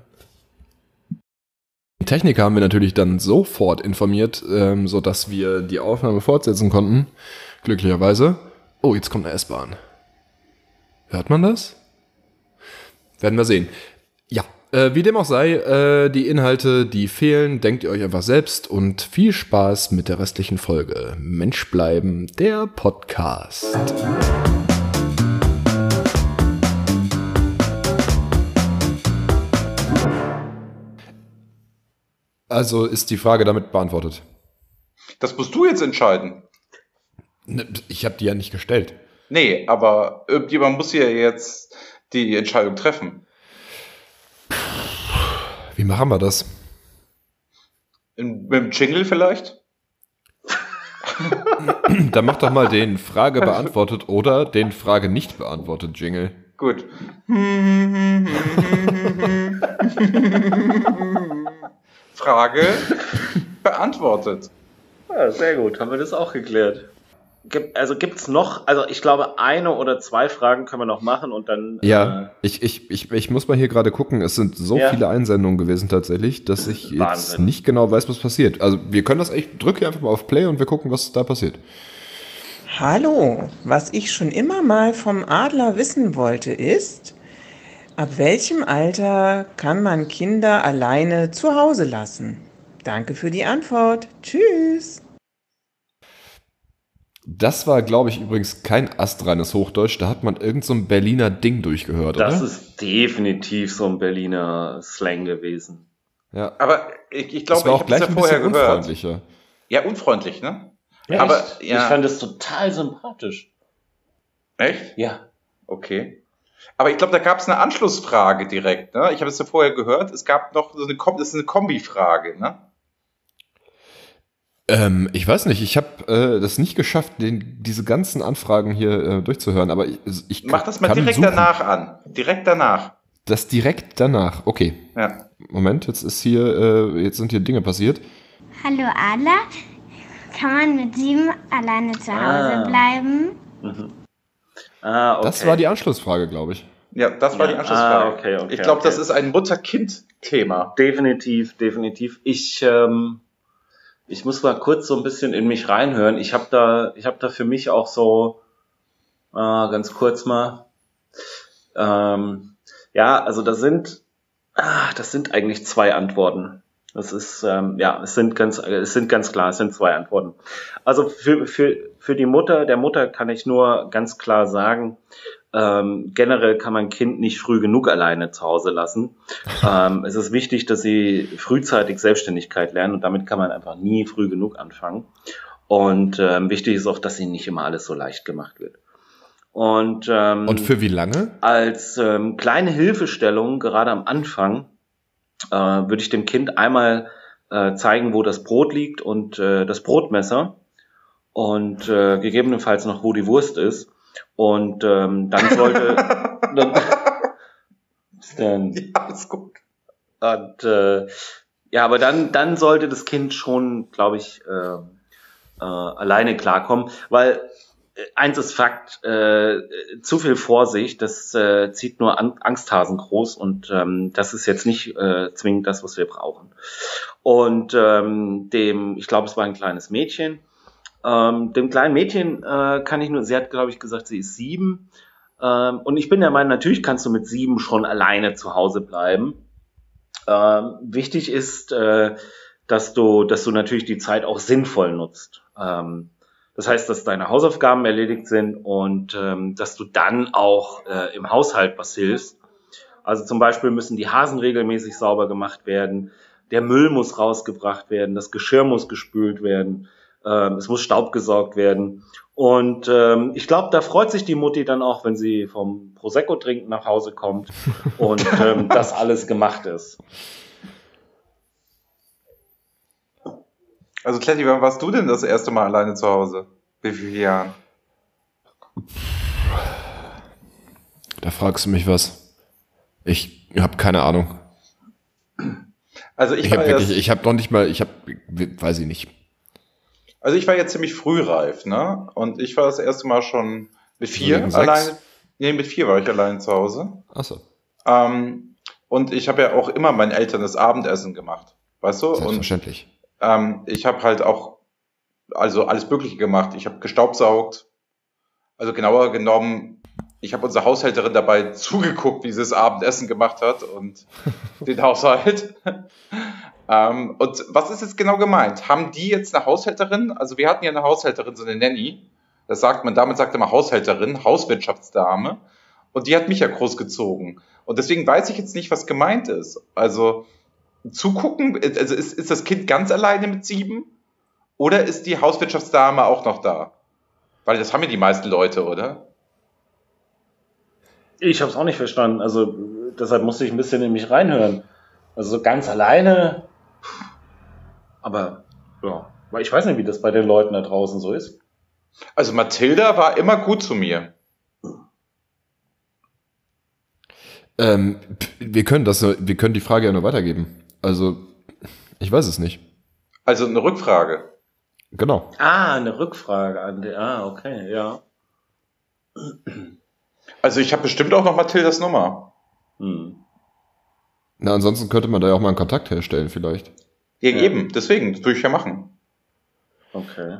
[SPEAKER 3] die Techniker haben wir natürlich dann sofort informiert, ähm, sodass wir die Aufnahme fortsetzen konnten. Glücklicherweise. Oh, jetzt kommt eine S-Bahn. Hört man das? Werden wir sehen. Ja, äh, wie dem auch sei, äh, die Inhalte, die fehlen, denkt ihr euch einfach selbst und viel Spaß mit der restlichen Folge. Mensch bleiben, der Podcast. Also ist die Frage damit beantwortet.
[SPEAKER 2] Das musst du jetzt entscheiden.
[SPEAKER 3] Ne, Ich habe die ja nicht gestellt.
[SPEAKER 2] Nee, aber irgendjemand muss hier jetzt die Entscheidung treffen.
[SPEAKER 3] Wie machen wir das?
[SPEAKER 2] In, mit dem Jingle vielleicht?
[SPEAKER 3] Dann mach doch mal den Frage beantwortet oder den Frage nicht beantwortet Jingle.
[SPEAKER 2] Gut. Frage beantwortet.
[SPEAKER 4] Ja, sehr gut, haben wir das auch geklärt. Gibt, also gibt's noch, also ich glaube, eine oder zwei Fragen können wir noch machen und dann. äh,
[SPEAKER 2] Äh.
[SPEAKER 3] Ja, ich, ich, ich, ich muss mal hier gerade gucken. Es sind so
[SPEAKER 4] Ja.
[SPEAKER 3] viele Einsendungen gewesen tatsächlich, dass ich jetzt
[SPEAKER 4] Wahnsinn.
[SPEAKER 3] nicht genau weiß, was passiert. Also wir können das echt, drück hier einfach mal auf Play und wir gucken, was da passiert.
[SPEAKER 8] Hallo, was ich schon immer mal vom Adler wissen wollte, ist, ab welchem Alter kann man Kinder alleine zu Hause lassen? Danke für die Antwort. Tschüss.
[SPEAKER 3] Das war, glaube ich, übrigens kein astreines Hochdeutsch. Da hat man irgend so ein Berliner Ding durchgehört,
[SPEAKER 4] das
[SPEAKER 3] oder?
[SPEAKER 4] ist definitiv so ein Berliner Slang gewesen.
[SPEAKER 3] ja.
[SPEAKER 2] Aber ich, ich glaube,
[SPEAKER 3] Das war
[SPEAKER 2] ich
[SPEAKER 3] auch
[SPEAKER 2] habe es
[SPEAKER 3] gleich
[SPEAKER 2] ja
[SPEAKER 3] ein
[SPEAKER 2] vorher
[SPEAKER 3] bisschen
[SPEAKER 2] gehört.
[SPEAKER 3] unfreundlicher.
[SPEAKER 2] Ja, unfreundlich, ne?
[SPEAKER 4] Ja,
[SPEAKER 2] Aber,
[SPEAKER 4] echt?
[SPEAKER 2] ja.
[SPEAKER 4] ich fand das total sympathisch.
[SPEAKER 2] Echt?
[SPEAKER 4] Ja.
[SPEAKER 2] Okay. Aber ich glaube, da gab es eine Anschlussfrage direkt. Ne? Ich habe es ja vorher gehört. Es gab noch so eine, Kom das ist eine Kombi-Frage. Ne?
[SPEAKER 3] Ähm, ich weiß nicht, ich habe äh, das nicht geschafft, den, diese ganzen Anfragen hier äh, durchzuhören, aber ich, ich
[SPEAKER 2] Mach das mal
[SPEAKER 3] kann
[SPEAKER 2] direkt
[SPEAKER 3] suchen.
[SPEAKER 2] danach an. Direkt danach.
[SPEAKER 3] Das direkt danach. Okay,
[SPEAKER 2] Ja.
[SPEAKER 3] Moment, jetzt ist hier, äh, jetzt sind hier Dinge passiert.
[SPEAKER 9] Hallo Adler, kann man mit sieben alleine zu
[SPEAKER 4] Ah. Mhm.
[SPEAKER 9] Hause bleiben?
[SPEAKER 4] Ah, okay.
[SPEAKER 3] Das war die Anschlussfrage, glaube ich.
[SPEAKER 2] Ja, das war
[SPEAKER 4] Ja.
[SPEAKER 2] die Anschlussfrage.
[SPEAKER 4] Ah, okay, okay,
[SPEAKER 2] ich glaube,
[SPEAKER 4] okay.
[SPEAKER 2] das ist ein Mutter-Kind-Thema.
[SPEAKER 4] Definitiv, definitiv. Ich, ähm, ich muss mal kurz so ein bisschen in mich reinhören. Ich habe da, ich habe da für mich auch so äh, ganz kurz mal. Ähm, ja, also das sind, ah, das sind eigentlich zwei Antworten. Das ist, ähm, ja, es sind ganz, es sind ganz klar, es sind zwei Antworten. Also für, für, für die Mutter, der Mutter kann ich nur ganz klar sagen, ähm, generell kann man Kind nicht früh genug alleine zu Hause lassen. Ähm, es ist wichtig, dass sie frühzeitig Selbstständigkeit lernen und damit kann man einfach nie früh genug anfangen. Und ähm, wichtig ist auch, dass ihnen nicht immer alles so leicht gemacht wird. Und, ähm,
[SPEAKER 2] Hm.
[SPEAKER 3] Und für wie lange?
[SPEAKER 4] als ähm, kleine Hilfestellung, gerade am Anfang, äh, würde ich dem Kind einmal äh, zeigen, wo das Brot liegt und äh, das Brotmesser und äh, gegebenenfalls noch, wo die Wurst ist. Und ähm, dann sollte. dann, Was denn?
[SPEAKER 2] Alles gut.
[SPEAKER 4] Und äh, ja, aber dann, dann sollte das Kind schon, glaube ich, äh, äh, alleine klarkommen, weil äh, eins ist Fakt, äh, äh, zu viel Vorsicht, das äh, zieht nur An Angsthasen groß und ähm, das ist jetzt nicht äh, zwingend das, was wir brauchen. Und ähm, dem, ich glaube, es war ein kleines Mädchen. Ähm, dem kleinen Mädchen äh, kann ich nur, sie hat, glaube ich, gesagt, sie ist sieben. Ähm, und ich bin der Meinung, natürlich kannst du mit sieben schon alleine zu Hause bleiben. Ähm, wichtig ist, äh, dass du, dass du natürlich die Zeit auch sinnvoll nutzt. Ähm, das heißt, dass deine Hausaufgaben erledigt sind und ähm, dass du dann auch äh, im Haushalt was hilfst. Also zum Beispiel müssen die Hasen regelmäßig sauber gemacht werden, der Müll muss rausgebracht werden, das Geschirr muss gespült werden, ähm, es muss Staub gesaugt werden. Und ähm, ich glaube, da freut sich die Mutti dann auch, wenn sie vom Prosecco trinken nach Hause kommt und ähm, das alles gemacht ist.
[SPEAKER 2] Also Kletti, wann warst du denn das erste Mal alleine zu Hause? Wie viele Jahren?
[SPEAKER 3] Da fragst du mich was. Ich habe keine Ahnung.
[SPEAKER 2] Also ich,
[SPEAKER 3] Ich
[SPEAKER 2] war
[SPEAKER 3] habe wirklich,
[SPEAKER 2] erst-
[SPEAKER 3] ich habe noch nicht mal, ich habe, weiß ich nicht.
[SPEAKER 2] also ich war ja ziemlich frühreif, ne? Und ich war das erste Mal schon mit vier
[SPEAKER 3] Entschuldigung, sechs?
[SPEAKER 2] alleine. Nee, mit vier war ich allein zu Hause.
[SPEAKER 3] Achso.
[SPEAKER 2] Ähm, und ich habe ja auch immer meinen Eltern das Abendessen gemacht. Weißt du? Und
[SPEAKER 3] Selbstverständlich.
[SPEAKER 2] ähm, ich habe halt auch also alles Mögliche gemacht. Ich habe gestaubsaugt. Also genauer genommen, ich habe unsere Haushälterin dabei zugeguckt, wie sie das Abendessen gemacht hat und den Haushalt. ähm, und was ist jetzt genau gemeint? Haben die jetzt eine Haushälterin? Also wir hatten ja eine Haushälterin, so eine Nanny. Das sagt man, damit sagt man Haushälterin, Hauswirtschaftsdame. Und die hat mich ja großgezogen. Und deswegen weiß ich jetzt nicht, was gemeint ist. Also, zugucken? Also ist, ist das Kind ganz alleine mit sieben? Oder ist die Hauswirtschaftsdame auch noch da? Weil das haben ja die meisten Leute, oder?
[SPEAKER 4] Ich habe es auch nicht verstanden. Also deshalb musste ich ein bisschen in mich reinhören. Also so ganz alleine. Aber ja, weil ich weiß nicht, wie das bei den Leuten da draußen so ist.
[SPEAKER 2] Also Mathilda war immer gut zu mir.
[SPEAKER 3] Ähm, pff, wir können das, nur- wir können die Frage ja nur weitergeben. Also, ich weiß es nicht.
[SPEAKER 2] Also eine Rückfrage.
[SPEAKER 3] Genau.
[SPEAKER 4] Ah, eine Rückfrage an der. Ah, okay, ja.
[SPEAKER 2] Also ich habe bestimmt auch noch Mathildas Nummer.
[SPEAKER 4] Hm.
[SPEAKER 3] Na, ansonsten könnte man da ja auch mal einen Kontakt herstellen, vielleicht.
[SPEAKER 2] Ja,
[SPEAKER 4] Ja.
[SPEAKER 2] eben. Deswegen, das würde ich ja machen.
[SPEAKER 4] Okay.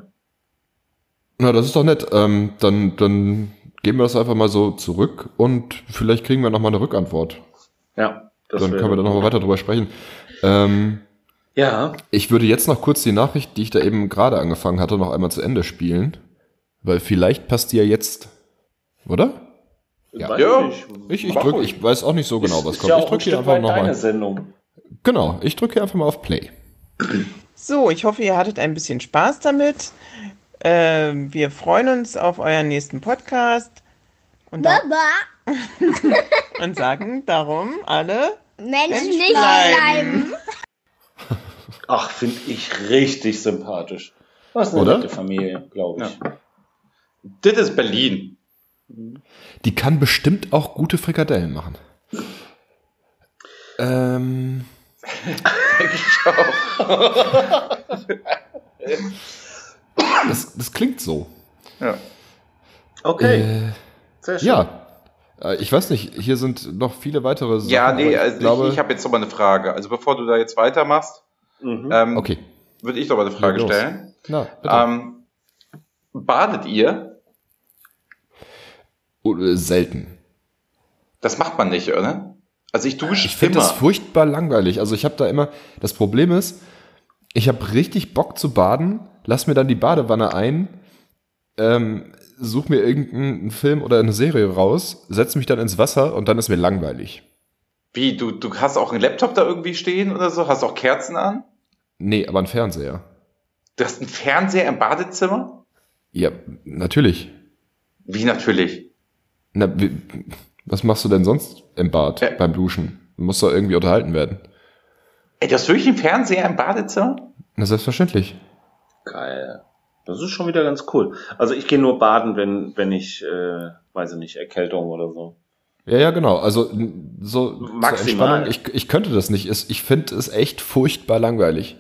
[SPEAKER 3] Na, das ist doch nett. Ähm, dann, dann geben wir das einfach mal so zurück und vielleicht kriegen wir nochmal eine Rückantwort.
[SPEAKER 4] Ja. das
[SPEAKER 3] dann
[SPEAKER 4] wäre-
[SPEAKER 3] können wir da nochmal weiter drüber sprechen. Ähm,
[SPEAKER 4] Ja,
[SPEAKER 3] ich würde jetzt noch kurz die Nachricht, die ich da eben gerade angefangen hatte, noch einmal zu Ende spielen. Weil vielleicht passt die ja jetzt. Oder? Ja.
[SPEAKER 4] weiß
[SPEAKER 2] Ja.
[SPEAKER 4] nicht.
[SPEAKER 3] Ich, ich
[SPEAKER 2] Mach
[SPEAKER 3] drück,
[SPEAKER 2] ruhig.
[SPEAKER 3] ich weiß auch nicht so genau,
[SPEAKER 4] Ist-
[SPEAKER 3] was
[SPEAKER 4] ist
[SPEAKER 3] kommt.
[SPEAKER 4] Ja
[SPEAKER 3] ich
[SPEAKER 4] auch ein
[SPEAKER 3] drücke hier
[SPEAKER 4] Stück
[SPEAKER 3] einfach
[SPEAKER 4] weit deine
[SPEAKER 3] nochmal.
[SPEAKER 4] Sendung.
[SPEAKER 3] Genau, ich drücke hier einfach mal auf Play.
[SPEAKER 8] So, ich hoffe, ihr hattet ein bisschen Spaß damit. Ähm, wir freuen uns auf euren nächsten Podcast und, da
[SPEAKER 9] Baba,
[SPEAKER 8] und sagen darum alle.
[SPEAKER 9] Menschen
[SPEAKER 8] Mensch
[SPEAKER 9] nicht
[SPEAKER 8] bleiben.
[SPEAKER 9] bleiben.
[SPEAKER 4] Ach, finde ich richtig sympathisch. Was eine
[SPEAKER 3] Oder?
[SPEAKER 4] nette Familie, glaube ich.
[SPEAKER 2] Das ist Berlin.
[SPEAKER 3] Die kann bestimmt auch gute Frikadellen machen. Ähm, das, das klingt so.
[SPEAKER 2] Ja.
[SPEAKER 4] Okay,
[SPEAKER 3] Äh,
[SPEAKER 4] sehr schön.
[SPEAKER 3] ja. Äh, Ich weiß nicht, hier sind noch viele weitere Sachen.
[SPEAKER 2] Ja, nee,
[SPEAKER 3] aber
[SPEAKER 2] also ich, ich, habe jetzt nochmal eine Frage. Also bevor du da jetzt weitermachst,
[SPEAKER 4] Mhm.
[SPEAKER 2] ähm,
[SPEAKER 3] Okay.
[SPEAKER 2] würde ich nochmal eine Frage
[SPEAKER 3] los.
[SPEAKER 2] stellen.
[SPEAKER 3] Na, bitte.
[SPEAKER 2] Ähm, badet ihr?
[SPEAKER 3] Oh, äh, selten.
[SPEAKER 2] Das macht man nicht, oder? Also ich dusche
[SPEAKER 3] Ich finde
[SPEAKER 2] immer.
[SPEAKER 3] das furchtbar langweilig. Also ich habe da immer, das Problem ist, ich habe richtig Bock zu baden, lass mir dann die Badewanne ein, ähm, such mir irgendeinen Film oder eine Serie raus, setz mich dann ins Wasser und dann ist mir langweilig.
[SPEAKER 2] Wie, du, du hast auch einen Laptop da irgendwie stehen oder so? Hast auch Kerzen an?
[SPEAKER 3] Nee, aber ein Fernseher.
[SPEAKER 2] Du hast einen Fernseher im Badezimmer?
[SPEAKER 3] Ja, natürlich.
[SPEAKER 2] Wie natürlich?
[SPEAKER 3] Na, wie, was machst du denn sonst im Bad
[SPEAKER 2] Ä-
[SPEAKER 3] beim Duschen? Du musst doch irgendwie unterhalten werden.
[SPEAKER 2] Ey, du hast wirklich einen Fernseher im Badezimmer?
[SPEAKER 3] Na, selbstverständlich.
[SPEAKER 4] Geil. Das ist schon wieder ganz cool. Also ich gehe nur baden, wenn, wenn ich, äh, weiß ich nicht, Erkältung oder so.
[SPEAKER 3] Ja, ja, genau. Also n- so zur
[SPEAKER 4] Maximal.
[SPEAKER 3] Entspannung, Ich, ich könnte das nicht. Es- Ich finde es echt furchtbar langweilig.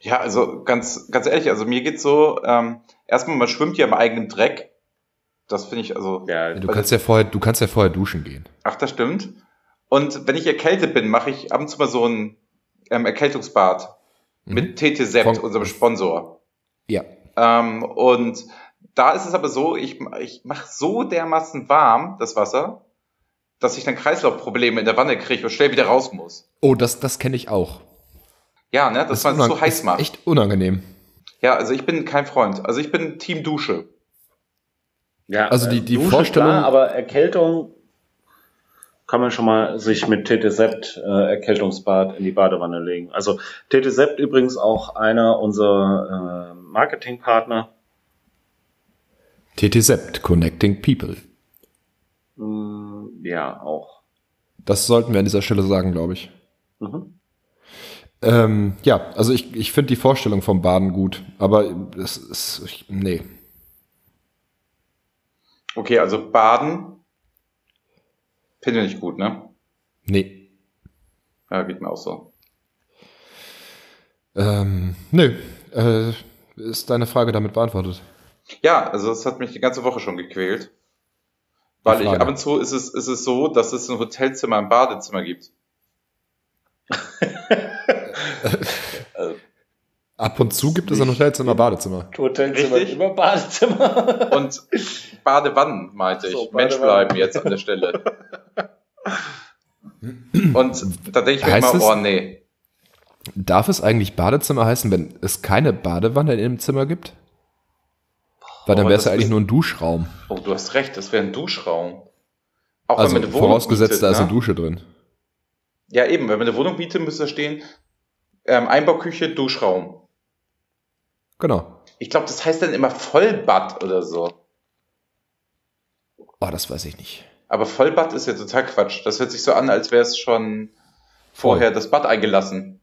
[SPEAKER 2] Ja, also ganz, ganz ehrlich, also mir geht's so, ähm, erstmal, man schwimmt ja im eigenen Dreck. Das finde ich, also,
[SPEAKER 4] Ja,
[SPEAKER 3] Du kannst ja vorher, du kannst ja vorher duschen gehen.
[SPEAKER 2] ach, das stimmt. Und wenn ich erkältet bin, mache ich ab und zu mal so ein ähm, Erkältungsbad
[SPEAKER 3] Mhm.
[SPEAKER 2] mit TT Sept,
[SPEAKER 3] Von-
[SPEAKER 2] unserem Sponsor.
[SPEAKER 3] Ja.
[SPEAKER 2] Ähm, und da ist es aber so, ich, ich mache so dermaßen warm das Wasser, dass ich dann Kreislaufprobleme in der Wanne kriege und schnell wieder raus muss.
[SPEAKER 3] Oh, das, das kenne ich auch.
[SPEAKER 2] Ja, ne, dass
[SPEAKER 3] ist
[SPEAKER 2] man es
[SPEAKER 3] unang-
[SPEAKER 2] zu heiß
[SPEAKER 3] ist
[SPEAKER 2] macht.
[SPEAKER 3] Echt unangenehm.
[SPEAKER 2] Ja, also ich bin kein Freund. Also ich bin Team Dusche.
[SPEAKER 4] Ja,
[SPEAKER 3] Also die-
[SPEAKER 4] äh,
[SPEAKER 3] die Vorstellung-
[SPEAKER 4] Klar, aber Erkältung kann man schon mal sich mit Tetesept äh, Erkältungsbad in die Badewanne legen. Also Tetesept übrigens auch einer unserer äh, Marketingpartner.
[SPEAKER 3] TTSept, Connecting People.
[SPEAKER 4] Mm, ja, auch.
[SPEAKER 3] Das sollten wir an dieser Stelle sagen, glaube ich.
[SPEAKER 4] Mhm.
[SPEAKER 3] Ähm, ja, also ich, ich finde die Vorstellung vom Baden gut, aber es ist. Ich, nee.
[SPEAKER 2] Okay, also Baden finde ich gut, ne?
[SPEAKER 3] Nee.
[SPEAKER 2] Ja, geht mir auch so.
[SPEAKER 3] Ähm, nö. Äh, ist deine Frage damit beantwortet?
[SPEAKER 2] Ja, also das hat mich die ganze Woche schon gequält. Weil ich
[SPEAKER 3] Frage.
[SPEAKER 2] ab und zu ist es, ist es so, dass es ein Hotelzimmer ein Badezimmer gibt.
[SPEAKER 3] Ab und zu gibt es ein Hotelzimmer, Badezimmer.
[SPEAKER 4] Hotelzimmer
[SPEAKER 2] Richtig?
[SPEAKER 4] über Badezimmer.
[SPEAKER 2] Und Badewannen, meinte ich.
[SPEAKER 4] So,
[SPEAKER 2] Mensch
[SPEAKER 4] Badewannen.
[SPEAKER 2] bleiben jetzt an der Stelle. Und da denke ich mir
[SPEAKER 3] Heißt
[SPEAKER 2] immer,
[SPEAKER 3] es-
[SPEAKER 2] oh nee.
[SPEAKER 3] Darf es eigentlich Badezimmer heißen, wenn es keine Badewanne in dem Zimmer gibt? Weil dann
[SPEAKER 2] aber
[SPEAKER 3] wäre es
[SPEAKER 2] das
[SPEAKER 3] ja eigentlich
[SPEAKER 2] ist-
[SPEAKER 3] nur ein Duschraum.
[SPEAKER 2] Oh, du hast recht, das wäre ein Duschraum. Auch
[SPEAKER 3] Also
[SPEAKER 2] eine Wohnung
[SPEAKER 3] vorausgesetzt,
[SPEAKER 2] mietet,
[SPEAKER 3] da ist
[SPEAKER 2] ne?
[SPEAKER 3] eine Dusche drin.
[SPEAKER 2] Ja, eben, wenn man eine Wohnung bietet, müsste da stehen, ähm, Einbauküche, Duschraum.
[SPEAKER 3] Genau.
[SPEAKER 2] Ich glaube, das heißt dann immer Vollbad oder so.
[SPEAKER 3] Oh, das weiß ich nicht.
[SPEAKER 2] Aber Vollbad ist ja total Quatsch. Das hört sich so an, als wäre es schon vorher das Bad eingelassen.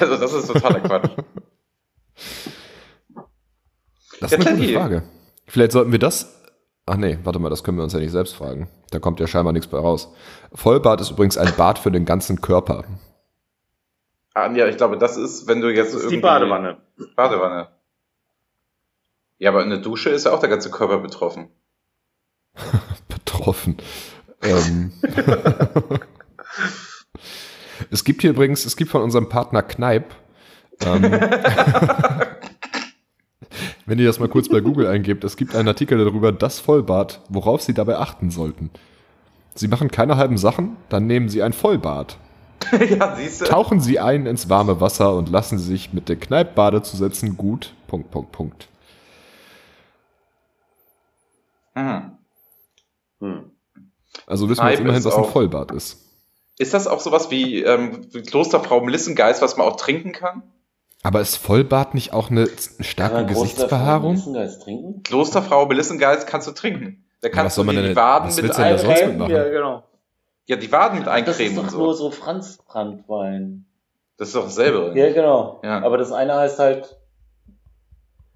[SPEAKER 2] also das ist totaler Quatsch.
[SPEAKER 3] Das
[SPEAKER 2] Ja,
[SPEAKER 3] ist eine gute
[SPEAKER 2] Claudia.
[SPEAKER 3] Frage. Vielleicht sollten wir das. Ach nee, warte mal, das können wir uns ja nicht selbst fragen. Da kommt ja scheinbar nichts bei raus. Vollbad ist übrigens ein Bad für den ganzen Körper.
[SPEAKER 2] Ah, ja, ich glaube, das ist, wenn du jetzt
[SPEAKER 4] Das ist
[SPEAKER 2] irgendwie
[SPEAKER 4] die Badewanne.
[SPEAKER 2] Badewanne. Ja, aber eine Dusche ist ja auch der ganze Körper betroffen.
[SPEAKER 3] Betroffen. Ähm. es gibt hier übrigens, es gibt von unserem Partner Kneip. Ähm, wenn ihr das mal kurz bei Google eingebt, es gibt einen Artikel darüber, das Vollbad, worauf sie dabei achten sollten. Sie machen keine halben Sachen, dann nehmen sie ein Vollbad.
[SPEAKER 2] ja, siehst du.
[SPEAKER 3] Tauchen Sie ein ins warme Wasser und lassen Sie sich mit der Kneippbade zusetzen gut. Punkt, Punkt, Punkt.
[SPEAKER 2] Hm.
[SPEAKER 4] Hm.
[SPEAKER 3] Also wissen wir jetzt
[SPEAKER 2] Kneipp
[SPEAKER 3] immerhin,
[SPEAKER 2] ist
[SPEAKER 3] was ein
[SPEAKER 2] auch-
[SPEAKER 3] Vollbad ist.
[SPEAKER 2] Ist das auch sowas wie ähm, Klosterfrau Melissengeist, was man auch trinken kann?
[SPEAKER 3] Aber ist Vollbad nicht auch eine z- starke
[SPEAKER 4] Aber groß davon
[SPEAKER 3] Gesichtsbehaarung?
[SPEAKER 4] müssen wir jetzt trinken?
[SPEAKER 2] Klosterfrau Melissengeist kannst du trinken. Da
[SPEAKER 3] Ja,
[SPEAKER 2] kannst
[SPEAKER 3] was soll
[SPEAKER 2] du
[SPEAKER 3] man
[SPEAKER 2] dir die
[SPEAKER 3] denn-
[SPEAKER 2] Waden
[SPEAKER 3] was
[SPEAKER 2] mit
[SPEAKER 3] willst du denn da
[SPEAKER 2] ein,
[SPEAKER 3] sonst mitmachen?
[SPEAKER 4] Ja, genau.
[SPEAKER 2] ja, die Waden mit
[SPEAKER 4] Das ist
[SPEAKER 2] eincremen
[SPEAKER 4] doch
[SPEAKER 2] und so.
[SPEAKER 4] nur so Franz Brandwein.
[SPEAKER 2] Das ist doch dasselbe. oder
[SPEAKER 4] Ja,
[SPEAKER 2] nicht?
[SPEAKER 4] genau.
[SPEAKER 2] Ja.
[SPEAKER 4] Aber das eine heißt halt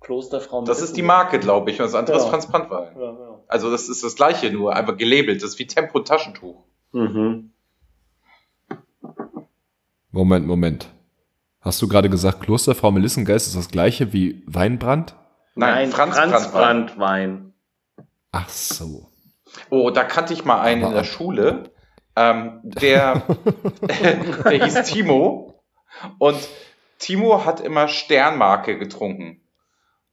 [SPEAKER 4] Klosterfrau.
[SPEAKER 2] Das ist die
[SPEAKER 4] Marke.
[SPEAKER 2] Marke, glaube ich, und das andere ist
[SPEAKER 4] Ja.
[SPEAKER 2] Franz Brandwein.
[SPEAKER 4] Ja, ja.
[SPEAKER 2] Also das ist das gleiche, nur einfach gelabelt. Das ist wie Tempo Taschentuch.
[SPEAKER 4] Mhm.
[SPEAKER 3] Moment, Moment. Hast du gerade gesagt, Klosterfrau Melissengeist ist das gleiche wie Weinbrand?
[SPEAKER 2] Nein, Franz Brandwein.
[SPEAKER 4] Brandwein.
[SPEAKER 3] Ach so.
[SPEAKER 2] Oh, da kannte ich mal einen
[SPEAKER 3] Aber-
[SPEAKER 2] in der Schule. Ähm, der, der hieß Timo. Und Timo hat immer Sternmarke getrunken.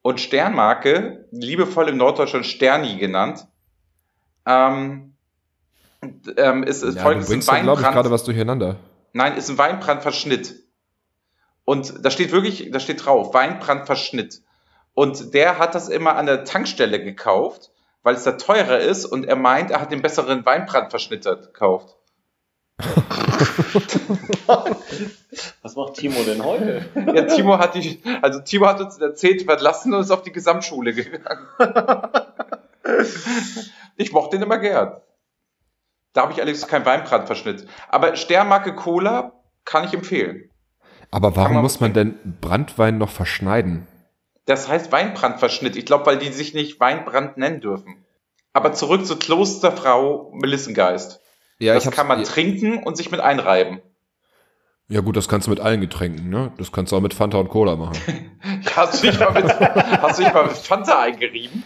[SPEAKER 2] Und Sternmarke, liebevoll im Norddeutschland Sterni genannt, ähm, d- ähm, ist, ist
[SPEAKER 3] Ja, du
[SPEAKER 2] folgendes
[SPEAKER 3] bringst
[SPEAKER 2] ein
[SPEAKER 3] da, glaube ich, gerade
[SPEAKER 2] Weinbrand.
[SPEAKER 3] was durcheinander.
[SPEAKER 2] Nein, ist ein Weinbrandverschnitt. Und da steht wirklich, da steht drauf, Weinbrandverschnitt. Und der hat das immer an der Tankstelle gekauft, weil es da teurer ist und er meint, er hat den besseren Weinbrandverschnitt da gekauft.
[SPEAKER 4] Was macht Timo denn heute?
[SPEAKER 2] Ja, Timo hat die, also Timo hat uns erzählt, verlassen und ist auf die Gesamtschule gegangen. Ich mochte ihn immer gern. Da habe ich allerdings keinen Weinbrandverschnitt. Aber Sternmarke Cola kann ich empfehlen.
[SPEAKER 3] Aber warum
[SPEAKER 2] man-
[SPEAKER 3] muss man denn Brandwein noch verschneiden?
[SPEAKER 2] Das heißt Weinbrandverschnitt. Ich glaube, weil die sich nicht Weinbrand nennen dürfen. Aber zurück zur Klosterfrau Melissengeist.
[SPEAKER 3] Ja,
[SPEAKER 2] das
[SPEAKER 3] hab's-
[SPEAKER 2] kann man trinken und sich mit einreiben.
[SPEAKER 3] Ja gut, das kannst du mit allen Getränken, ne? Das kannst du auch mit Fanta und Cola machen.
[SPEAKER 2] Ja, hast, du dich mal mit, hast du dich mal mit Fanta eingerieben?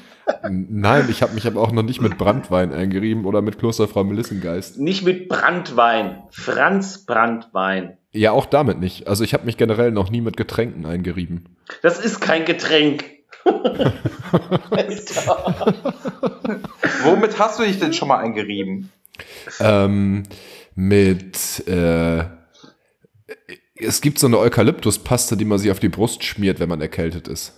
[SPEAKER 3] Nein, ich habe mich aber auch noch nicht mit Brandwein eingerieben oder mit Klosterfrau Melissengeist.
[SPEAKER 4] Nicht mit Brandwein. Franz Brandwein.
[SPEAKER 3] Ja, auch damit nicht. Also ich habe mich generell noch nie mit Getränken eingerieben.
[SPEAKER 4] Das ist kein Getränk.
[SPEAKER 2] Womit hast du dich denn schon mal eingerieben?
[SPEAKER 3] ähm, mit äh, es gibt so eine Eukalyptuspaste, die man sich auf die Brust schmiert, wenn man erkältet ist.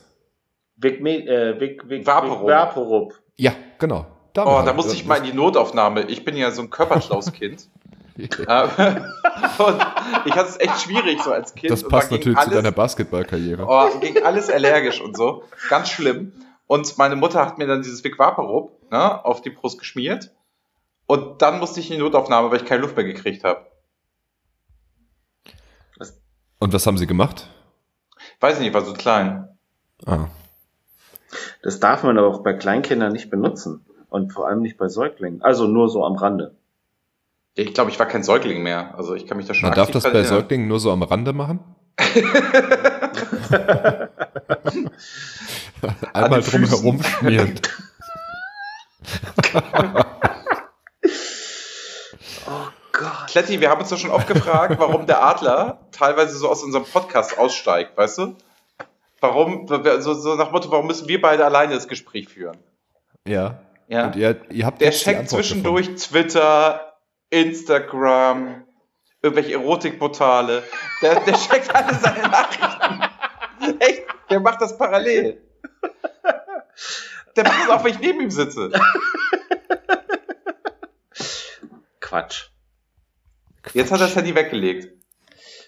[SPEAKER 4] Vic, Me- äh, Vic, Vic,
[SPEAKER 2] Vaporub.
[SPEAKER 4] Vic Vaporub.
[SPEAKER 3] Ja, genau.
[SPEAKER 2] Oh, da musste ich mal in die Notaufnahme. Ich bin ja so ein Körperschlauskind. Äh, und ich hatte es echt schwierig so als Kind.
[SPEAKER 3] Das
[SPEAKER 2] Und
[SPEAKER 3] passt
[SPEAKER 2] war gegen
[SPEAKER 3] natürlich zu
[SPEAKER 2] alles-
[SPEAKER 3] deiner Basketballkarriere.
[SPEAKER 2] Oh, ging alles allergisch und so. Ganz schlimm. Und meine Mutter hat mir dann dieses Vic Vaporub ne, auf die Brust geschmiert. Und dann musste ich in die Notaufnahme, weil ich keine Luft mehr gekriegt habe.
[SPEAKER 3] Und was haben sie gemacht?
[SPEAKER 2] Weiß nicht, ich war so klein.
[SPEAKER 3] Ah.
[SPEAKER 4] Das darf man aber auch bei Kleinkindern nicht benutzen. Und vor allem nicht bei Säuglingen. Also nur so am Rande.
[SPEAKER 2] Ich glaube, ich war kein Säugling mehr. Also ich kann mich da schon
[SPEAKER 3] Man darf
[SPEAKER 2] aktiv
[SPEAKER 3] das
[SPEAKER 2] dran
[SPEAKER 3] bei
[SPEAKER 2] erinnern.
[SPEAKER 3] Säuglingen nur so am Rande machen?
[SPEAKER 2] An den
[SPEAKER 3] Einmal
[SPEAKER 2] Füßen.
[SPEAKER 3] drumherum schmieren.
[SPEAKER 2] Kletti, wir haben uns ja schon oft gefragt, warum der Adler teilweise so aus unserem Podcast aussteigt, weißt du? Warum, so, so nach Motto, warum müssen wir beide alleine das Gespräch führen?
[SPEAKER 3] Ja.
[SPEAKER 2] Ja.
[SPEAKER 3] Und ihr, ihr habt
[SPEAKER 2] Der
[SPEAKER 3] jetzt die
[SPEAKER 2] checkt
[SPEAKER 3] Antwort
[SPEAKER 2] zwischendurch Twitter, Instagram, irgendwelche Erotikportale. Der, der checkt alle seine Nachrichten. Echt? Der macht das parallel. Der macht das auch, wenn ich neben ihm sitze.
[SPEAKER 4] Quatsch.
[SPEAKER 2] Jetzt hat er das Handy weggelegt.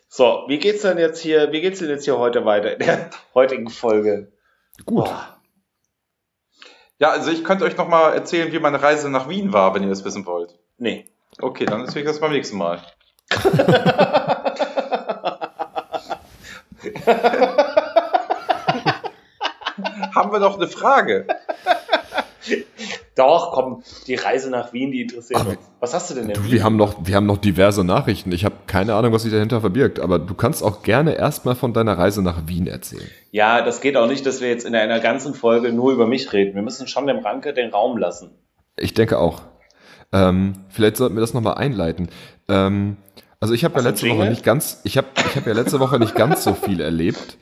[SPEAKER 4] So, wie geht's denn jetzt hier, wie geht's denn jetzt hier heute weiter in der heutigen Folge?
[SPEAKER 3] Gut.
[SPEAKER 2] Ja, also ich könnte euch nochmal erzählen, wie meine Reise nach Wien war, wenn ihr das wissen wollt.
[SPEAKER 4] Nee.
[SPEAKER 2] Okay, dann erzähle ich das beim nächsten Mal. Haben wir noch eine Frage?
[SPEAKER 4] Doch, komm, die Reise nach Wien, die interessiert
[SPEAKER 3] Ach,
[SPEAKER 4] uns. Was hast du denn denn?
[SPEAKER 3] Du, wir haben noch, wir haben noch diverse Nachrichten. Ich habe keine Ahnung, was sich dahinter verbirgt. Aber du kannst auch gerne erstmal von deiner Reise nach Wien erzählen.
[SPEAKER 4] Ja, das geht auch nicht, dass wir jetzt in einer ganzen Folge nur über mich reden. Wir müssen schon dem Ranke den Raum lassen.
[SPEAKER 3] Ich denke auch. Ähm, vielleicht sollten wir das nochmal einleiten. Ähm, also ich habe ja
[SPEAKER 4] Hast du
[SPEAKER 3] letzte
[SPEAKER 4] einen
[SPEAKER 3] Woche
[SPEAKER 4] Jingle?
[SPEAKER 3] nicht ganz, ich habe ich hab ja letzte Woche nicht ganz so viel erlebt.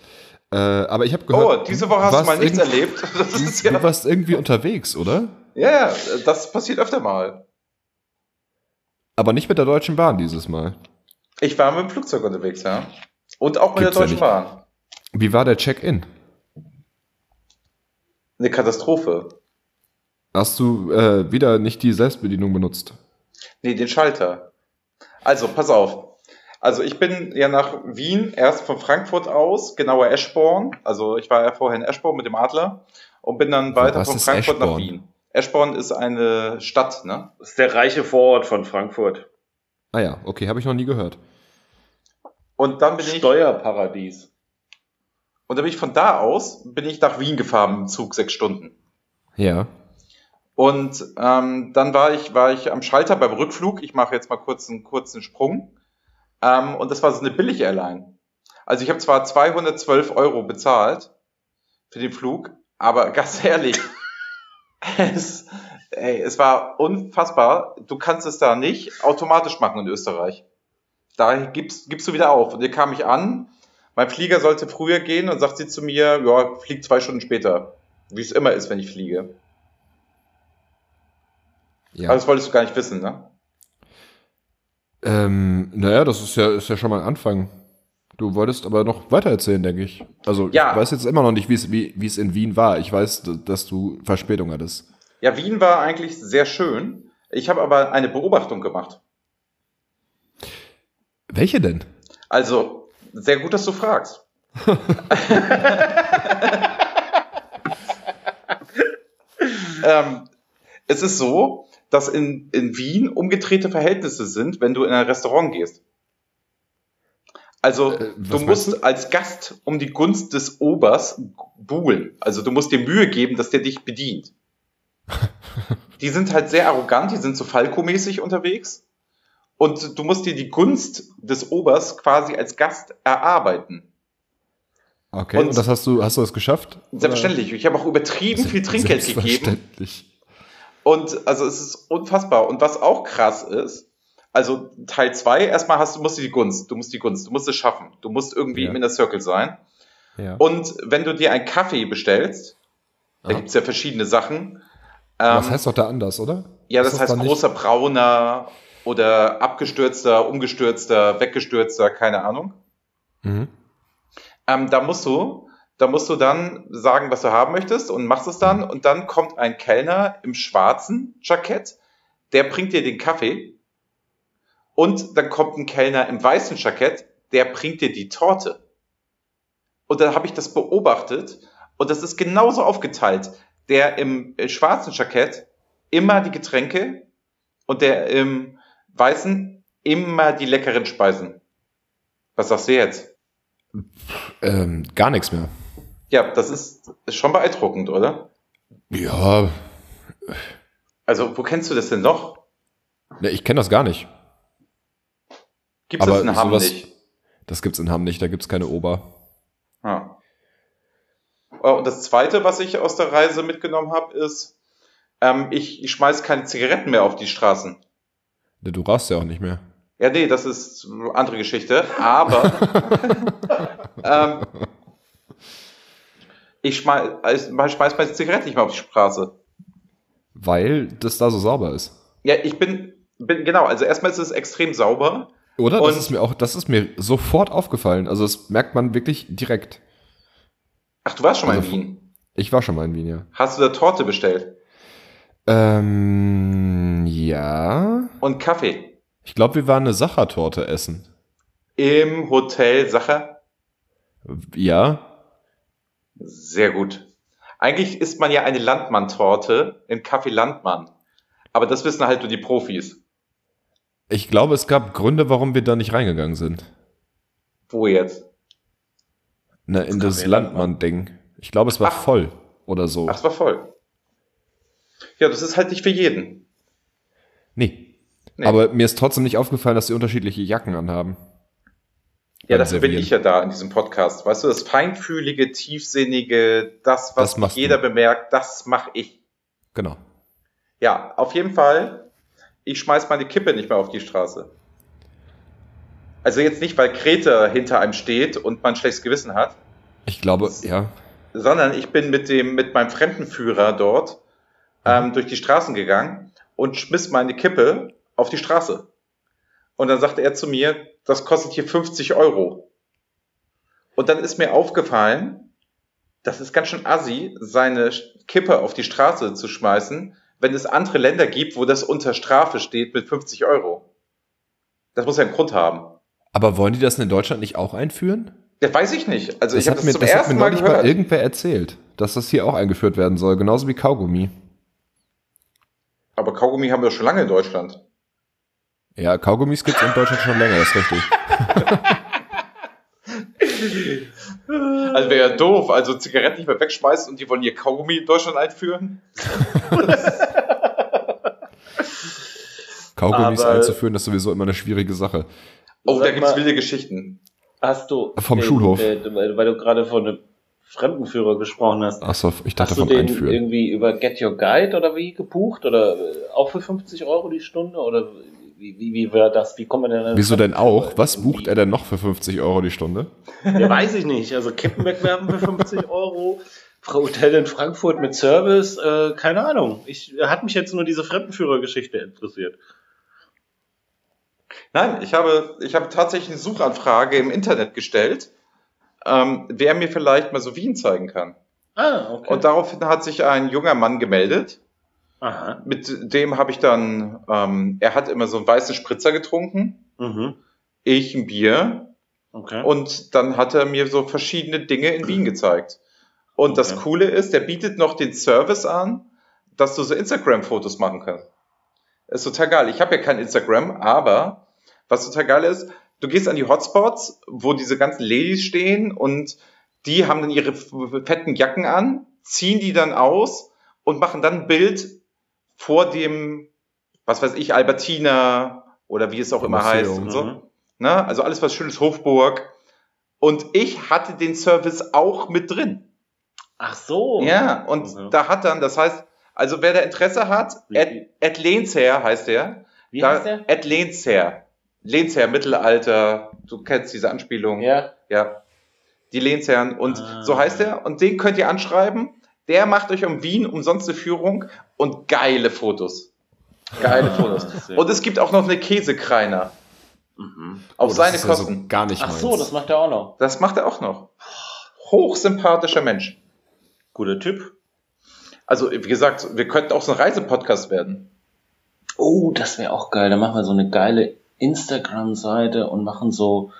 [SPEAKER 3] Äh, aber ich habe
[SPEAKER 2] Oh,
[SPEAKER 3] gehört.
[SPEAKER 2] diese Woche hast du
[SPEAKER 3] warst
[SPEAKER 2] mal nichts
[SPEAKER 3] irgend-
[SPEAKER 2] erlebt. Das ist ja,
[SPEAKER 3] Du warst irgendwie unterwegs, oder?
[SPEAKER 2] ja, ja, das passiert öfter mal.
[SPEAKER 3] Aber nicht mit der Deutschen Bahn dieses Mal.
[SPEAKER 2] Ich war mit dem Flugzeug unterwegs, ja. Und auch mit
[SPEAKER 3] Gibt's
[SPEAKER 2] der
[SPEAKER 3] ja
[SPEAKER 2] Deutschen
[SPEAKER 3] nicht.
[SPEAKER 2] Bahn.
[SPEAKER 3] Wie war der Check-in?
[SPEAKER 2] Eine Katastrophe.
[SPEAKER 3] Hast du äh, wieder nicht die Selbstbedienung benutzt?
[SPEAKER 2] Nee, den Schalter. Also, pass auf. Also, ich bin ja nach Wien, erst von Frankfurt aus, genauer Eschborn. Also, ich war ja vorher in Eschborn mit dem Adler und bin dann weiter
[SPEAKER 3] Was
[SPEAKER 2] von
[SPEAKER 3] ist
[SPEAKER 2] Frankfurt nach
[SPEAKER 3] Eschborn?
[SPEAKER 2] Wien. Eschborn ist eine Stadt, ne?
[SPEAKER 4] Das ist der reiche Vorort von Frankfurt.
[SPEAKER 3] Ah ja, okay, habe ich noch nie gehört.
[SPEAKER 2] Und dann bin ich, und
[SPEAKER 4] Steuerparadies.
[SPEAKER 2] dann bin ich von da aus, bin ich nach Wien gefahren im Zug sechs Stunden.
[SPEAKER 3] Ja.
[SPEAKER 2] Und ähm, dann war ich, war ich am Schalter beim Rückflug. Ich mache jetzt mal kurz einen kurzen Sprung. Ähm, und das war so eine billige Airline. Also ich habe zwar 212 Euro bezahlt für den Flug, aber ganz ehrlich, es, ey, es war unfassbar. Du kannst es da nicht automatisch machen in Österreich. Da gibst, gibst du wieder auf. Und hier kam ich an, mein Flieger sollte früher gehen und sagt sie zu mir, ja, flieg zwei Stunden später. Wie es immer ist, wenn ich fliege.
[SPEAKER 3] ja.
[SPEAKER 2] Aber das wolltest du gar nicht wissen, ne?
[SPEAKER 3] Ähm, naja, das ist ja, ist ja schon mal ein Anfang. Du wolltest aber noch weiter erzählen, denke ich. Also
[SPEAKER 2] Ja.
[SPEAKER 3] ich weiß jetzt immer noch nicht, wie es wie, wie es in Wien war. Ich weiß, d- dass du Verspätung hattest.
[SPEAKER 2] Ja, Wien war eigentlich sehr schön. Ich habe aber eine Beobachtung gemacht.
[SPEAKER 3] Welche denn?
[SPEAKER 2] Also, sehr gut, dass du fragst. ähm, es ist so, dass in, in Wien umgedrehte Verhältnisse sind, wenn du in ein Restaurant gehst. Also,
[SPEAKER 3] Äh,
[SPEAKER 2] du
[SPEAKER 3] was
[SPEAKER 2] musst
[SPEAKER 3] meinst
[SPEAKER 2] als Gast um die Gunst des Obers buhlen. Also, du musst dir Mühe geben, dass der dich bedient. die sind halt sehr arrogant, die sind so falkomäßig unterwegs. Und du musst dir die Gunst des Obers quasi als Gast erarbeiten.
[SPEAKER 3] Okay,
[SPEAKER 2] Und-
[SPEAKER 3] und, das hast du, hast du das geschafft?
[SPEAKER 2] Selbstverständlich. Ich habe auch
[SPEAKER 3] Oder?
[SPEAKER 2] übertrieben viel Trinkgeld gegeben.
[SPEAKER 3] Selbstverständlich.
[SPEAKER 2] Und also es ist unfassbar. Und was auch krass ist, also Teil zwei erstmal hast du musst du die Gunst, du musst die Gunst, du musst es schaffen. Du musst irgendwie
[SPEAKER 3] Ja.
[SPEAKER 2] im Inner Circle sein.
[SPEAKER 3] Ja.
[SPEAKER 2] Und wenn du dir einen Kaffee bestellst, Da gibt's ja verschiedene Sachen.
[SPEAKER 3] das
[SPEAKER 2] Ähm,
[SPEAKER 3] heißt doch da anders, oder?
[SPEAKER 2] Ja, das,
[SPEAKER 3] Ist
[SPEAKER 2] heißt
[SPEAKER 3] dann nicht-
[SPEAKER 2] großer Brauner oder abgestürzter, umgestürzter, weggestürzter, keine Ahnung.
[SPEAKER 3] Mhm.
[SPEAKER 2] Ähm, da musst du, da musst du dann sagen, was du haben möchtest und machst es dann und dann kommt ein Kellner im schwarzen Jackett, der bringt dir den Kaffee und dann kommt ein Kellner im weißen Jackett, der bringt dir die Torte. Und dann habe ich das beobachtet und das ist genauso aufgeteilt. Der im äh, schwarzen Jackett immer die Getränke und der im weißen immer die leckeren Speisen. Was sagst du jetzt?
[SPEAKER 3] Ähm, gar nichts mehr.
[SPEAKER 2] Ja, das ist schon beeindruckend, oder?
[SPEAKER 3] Ja,
[SPEAKER 2] Also, wo kennst du das denn noch?
[SPEAKER 3] ne, ich kenne das gar nicht.
[SPEAKER 2] Gibt es
[SPEAKER 3] Aber
[SPEAKER 2] das in Hamm
[SPEAKER 3] sowas-
[SPEAKER 2] nicht?
[SPEAKER 3] Das gibt's in Hamm nicht, da gibt's keine Ober.
[SPEAKER 2] Ja. Oh, Und das Zweite, was ich aus der Reise mitgenommen habe, ist, ähm, ich, ich schmeiß keine Zigaretten mehr auf die Straßen.
[SPEAKER 3] Ne, Du rauchst ja auch nicht mehr.
[SPEAKER 2] Ja, nee, das ist eine andere Geschichte, aber ähm, ich schmeiß, ich schmeiß meine Zigarette nicht mehr auf die Straße.
[SPEAKER 3] Weil das da so sauber ist.
[SPEAKER 2] Ja, ich bin, bin genau, also erstmal ist es extrem sauber.
[SPEAKER 3] Oder?
[SPEAKER 2] Und-
[SPEAKER 3] das ist mir auch, das ist mir sofort aufgefallen. Also das merkt man wirklich direkt.
[SPEAKER 2] Ach, du warst schon mal
[SPEAKER 3] Also-
[SPEAKER 2] in Wien.
[SPEAKER 3] Ich war schon mal in Wien, ja.
[SPEAKER 2] Hast du da Torte bestellt
[SPEAKER 3] Ähm, ja.
[SPEAKER 2] und Kaffee
[SPEAKER 3] Ich glaube, wir waren eine Sachertorte essen.
[SPEAKER 2] im Hotel Sacher?
[SPEAKER 3] Ja.
[SPEAKER 2] Sehr gut. Eigentlich isst man ja eine Landmann-Torte im Kaffee Landmann. Aber das wissen halt nur die Profis.
[SPEAKER 3] Ich glaube, es gab Gründe, warum wir da nicht reingegangen sind.
[SPEAKER 2] Wo jetzt?
[SPEAKER 3] Na, Ne, in das
[SPEAKER 4] Kaffee Landmann.
[SPEAKER 3] Landmann-Ding. Ich glaube, es war
[SPEAKER 2] Ach.
[SPEAKER 3] voll oder so.
[SPEAKER 2] Ach, es war voll. Ja, das ist halt nicht für jeden.
[SPEAKER 3] Nee.
[SPEAKER 2] Nee.
[SPEAKER 3] Aber mir ist trotzdem nicht aufgefallen, dass sie unterschiedliche Jacken anhaben.
[SPEAKER 2] Ja,
[SPEAKER 3] Beim
[SPEAKER 2] dafür bin
[SPEAKER 3] Servieren.
[SPEAKER 2] ich ja da in diesem Podcast. Weißt du, das feinfühlige, tiefsinnige, das, was
[SPEAKER 3] Das machst
[SPEAKER 2] jeder
[SPEAKER 3] du.
[SPEAKER 2] bemerkt, das mache ich.
[SPEAKER 3] Genau.
[SPEAKER 2] Ja, auf jeden Fall. Ich schmeiß meine Kippe nicht mehr auf die Straße. Also jetzt nicht, weil Kreta hinter einem steht und man ein schlechtes Gewissen hat,
[SPEAKER 3] Ich glaube,
[SPEAKER 2] Das-
[SPEAKER 3] ja.
[SPEAKER 2] sondern ich bin mit dem, mit meinem Fremdenführer dort
[SPEAKER 3] Mhm.
[SPEAKER 2] ähm, durch die Straßen gegangen und schmiss meine Kippe auf die Straße. Und dann sagte er zu mir, das kostet hier 50 Euro. Und dann ist mir aufgefallen, das ist ganz schön assi, seine Kippe auf die Straße zu schmeißen, wenn es andere Länder gibt, wo das unter Strafe steht mit 50 Euro. Das muss ja einen Grund haben.
[SPEAKER 3] Aber wollen die das in Deutschland nicht auch einführen?
[SPEAKER 2] Das weiß ich nicht. Also ich habe
[SPEAKER 3] hat
[SPEAKER 2] das
[SPEAKER 3] mir,
[SPEAKER 2] zum
[SPEAKER 3] das hat mir
[SPEAKER 2] ersten Mal
[SPEAKER 3] neulich mal
[SPEAKER 2] gehört.
[SPEAKER 3] irgendwer erzählt, dass das hier auch eingeführt werden soll, genauso wie Kaugummi.
[SPEAKER 2] Aber Kaugummi haben wir doch schon lange in Deutschland.
[SPEAKER 3] Ja, Kaugummis gibt's in Deutschland schon länger, das ist richtig.
[SPEAKER 2] Also wäre ja doof, also Zigaretten nicht mehr wegschmeißen und die wollen ihr Kaugummi in Deutschland einführen.
[SPEAKER 3] Kaugummis
[SPEAKER 4] Aber-
[SPEAKER 3] einzuführen, das ist sowieso immer eine schwierige Sache.
[SPEAKER 2] Oh, da
[SPEAKER 4] Sag
[SPEAKER 2] gibt's
[SPEAKER 4] mal-
[SPEAKER 2] wilde Geschichten.
[SPEAKER 4] Hast du.
[SPEAKER 3] Vom Schulhof.
[SPEAKER 4] äh, Weil weil du gerade von einem Fremdenführer gesprochen hast.
[SPEAKER 3] Achso, ich dachte
[SPEAKER 4] Hast du
[SPEAKER 3] vom
[SPEAKER 4] den
[SPEAKER 3] Einführen.
[SPEAKER 4] irgendwie über Get Your Guide oder wie gebucht? Oder äh, auch für 50 Euro die Stunde? Oder wie, wie, wie war das? Wie kommt man denn
[SPEAKER 3] Wieso denn auch? Was bucht er denn noch für 50 Euro die Stunde?
[SPEAKER 4] Ja, weiß ich nicht. Also Kippen wegwerfen für 50 Euro. Frau Hotel in Frankfurt mit Service, äh, keine Ahnung. Ich äh, hat mich jetzt nur diese Fremdenführergeschichte interessiert.
[SPEAKER 2] Nein, ich habe, ich habe tatsächlich eine Suchanfrage im Internet gestellt, ähm, wer mir vielleicht mal so Wien zeigen kann.
[SPEAKER 4] Ah, okay.
[SPEAKER 2] Und daraufhin hat sich ein junger Mann gemeldet.
[SPEAKER 4] Aha.
[SPEAKER 2] Mit dem habe ich dann, ähm, er hat immer so einen weißen Spritzer getrunken,
[SPEAKER 4] Mhm.
[SPEAKER 2] ich ein Bier,
[SPEAKER 4] Okay.
[SPEAKER 2] Und dann hat er mir so verschiedene Dinge in Wien gezeigt. Und das
[SPEAKER 4] Okay.
[SPEAKER 2] Coole ist, der bietet noch den Service an, dass du so Instagram-Fotos machen kannst. Ist total geil. Ich habe ja kein Instagram, aber was total geil ist, du gehst an die Hotspots, wo diese ganzen Ladies stehen und die haben dann ihre f- fetten Jacken an, ziehen die dann aus und machen dann ein Bild vor dem, was weiß ich, Albertina oder wie es auch immer heißt
[SPEAKER 3] Museum.
[SPEAKER 2] und so.
[SPEAKER 4] Mhm.
[SPEAKER 2] Ne? Also alles was schönes Hofburg. Und ich hatte den Service auch mit drin.
[SPEAKER 4] Ach so.
[SPEAKER 2] Ja, und
[SPEAKER 4] Mhm.
[SPEAKER 2] da hat dann, das heißt, also wer da Interesse hat,
[SPEAKER 4] Wie-
[SPEAKER 2] Ed, Ed Lehnsherr heißt der.
[SPEAKER 4] Wie
[SPEAKER 2] da,
[SPEAKER 4] heißt der?
[SPEAKER 2] Ed Lehnsherr. Lehnsherr, Mittelalter. Du kennst diese Anspielung.
[SPEAKER 4] Ja.
[SPEAKER 2] Ja. Die Lehnsherren. Und
[SPEAKER 4] Ah.
[SPEAKER 2] so heißt er. Und den könnt ihr anschreiben. Der macht euch um Wien umsonst eine Führung und geile Fotos. Geile Fotos. Und es gibt auch noch eine Käsekreiner. Auf
[SPEAKER 4] Mhm.
[SPEAKER 3] das
[SPEAKER 2] seine
[SPEAKER 3] ist
[SPEAKER 2] Kosten.
[SPEAKER 3] Also gar nicht
[SPEAKER 4] Ach
[SPEAKER 3] meins.
[SPEAKER 4] so, das macht er auch noch.
[SPEAKER 2] Das macht er auch noch. Hochsympathischer Mensch.
[SPEAKER 4] Guter Typ.
[SPEAKER 2] Also, wie gesagt, wir könnten auch so ein Reisepodcast werden.
[SPEAKER 4] Oh, das wäre auch geil. Da machen wir so eine geile Instagram-Seite und machen so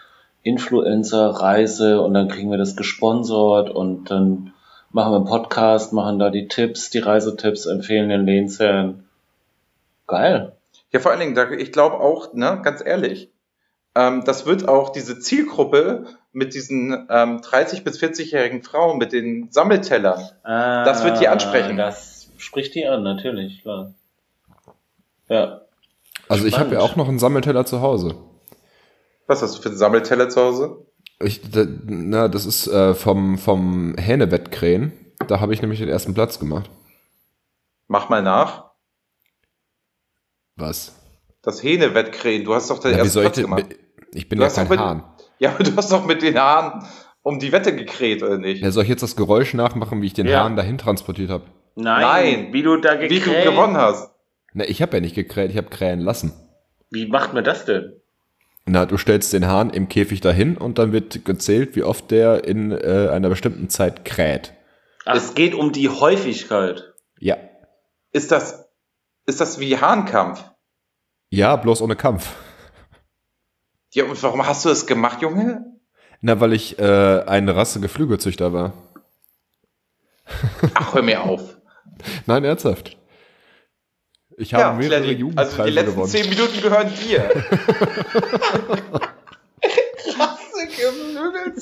[SPEAKER 4] Influencer-Reise und dann kriegen wir das gesponsert und dann machen wir einen Podcast, machen da die Tipps, die Reisetipps, empfehlen den Lehnsherren. Geil.
[SPEAKER 2] Ja, vor allen Dingen, da- ich glaube auch, ne, ganz ehrlich, ähm, das wird auch diese Zielgruppe mit diesen ähm, 30- bis 40-jährigen Frauen mit den Sammeltellern. Das wird die ansprechen.
[SPEAKER 4] Ah, Das spricht die an, natürlich, klar. Ja.
[SPEAKER 3] also ich habe ja
[SPEAKER 4] Spannend.
[SPEAKER 3] auch noch einen Sammelteller zu Hause.
[SPEAKER 2] Was hast du für einen Sammelteller zu Hause?
[SPEAKER 3] Ich, da, na, das ist äh, vom, vom Hähnewettkrähen. Da habe ich nämlich den ersten Platz gemacht.
[SPEAKER 2] Mach mal nach.
[SPEAKER 3] Was?
[SPEAKER 2] Das Hähnewettkrähen, du hast doch den
[SPEAKER 3] Na, wie
[SPEAKER 2] ersten
[SPEAKER 3] soll ich
[SPEAKER 2] Platz
[SPEAKER 3] denn?
[SPEAKER 2] gemacht.
[SPEAKER 3] Ich bin
[SPEAKER 2] Du
[SPEAKER 3] ja
[SPEAKER 2] hast doch
[SPEAKER 3] kein
[SPEAKER 2] mit-
[SPEAKER 3] Hahn.
[SPEAKER 2] Ja, aber du hast doch mit den Haaren um die Wette gekräht, oder nicht?
[SPEAKER 3] Ja, soll ich jetzt das Geräusch nachmachen, wie ich den
[SPEAKER 4] Ja.
[SPEAKER 3] Hahn dahin transportiert habe?
[SPEAKER 2] Nein.
[SPEAKER 4] wie du da
[SPEAKER 2] Wie du gewonnen hast.
[SPEAKER 3] Na, ich habe ja nicht gekräht, ich habe krähen lassen.
[SPEAKER 4] Wie macht man das denn?
[SPEAKER 3] Na, du stellst den Hahn im Käfig dahin und dann wird gezählt, wie oft der in äh, einer bestimmten Zeit kräht.
[SPEAKER 4] Ach, es geht um die Häufigkeit.
[SPEAKER 3] Ja.
[SPEAKER 2] Ist das, ist das wie Hahnkampf?
[SPEAKER 3] Ja, bloß ohne Kampf.
[SPEAKER 2] Ja, und warum hast du das gemacht, Junge?
[SPEAKER 3] Na, weil ich äh, eine Rasse Geflügelzüchter war.
[SPEAKER 2] Ach, hör mir auf.
[SPEAKER 3] Nein, ernsthaft. Ich habe mehrere
[SPEAKER 2] Claudi,
[SPEAKER 3] Jugendpreise
[SPEAKER 2] Also die letzten
[SPEAKER 3] gewonnen.
[SPEAKER 2] zehn Minuten gehören dir. Rasse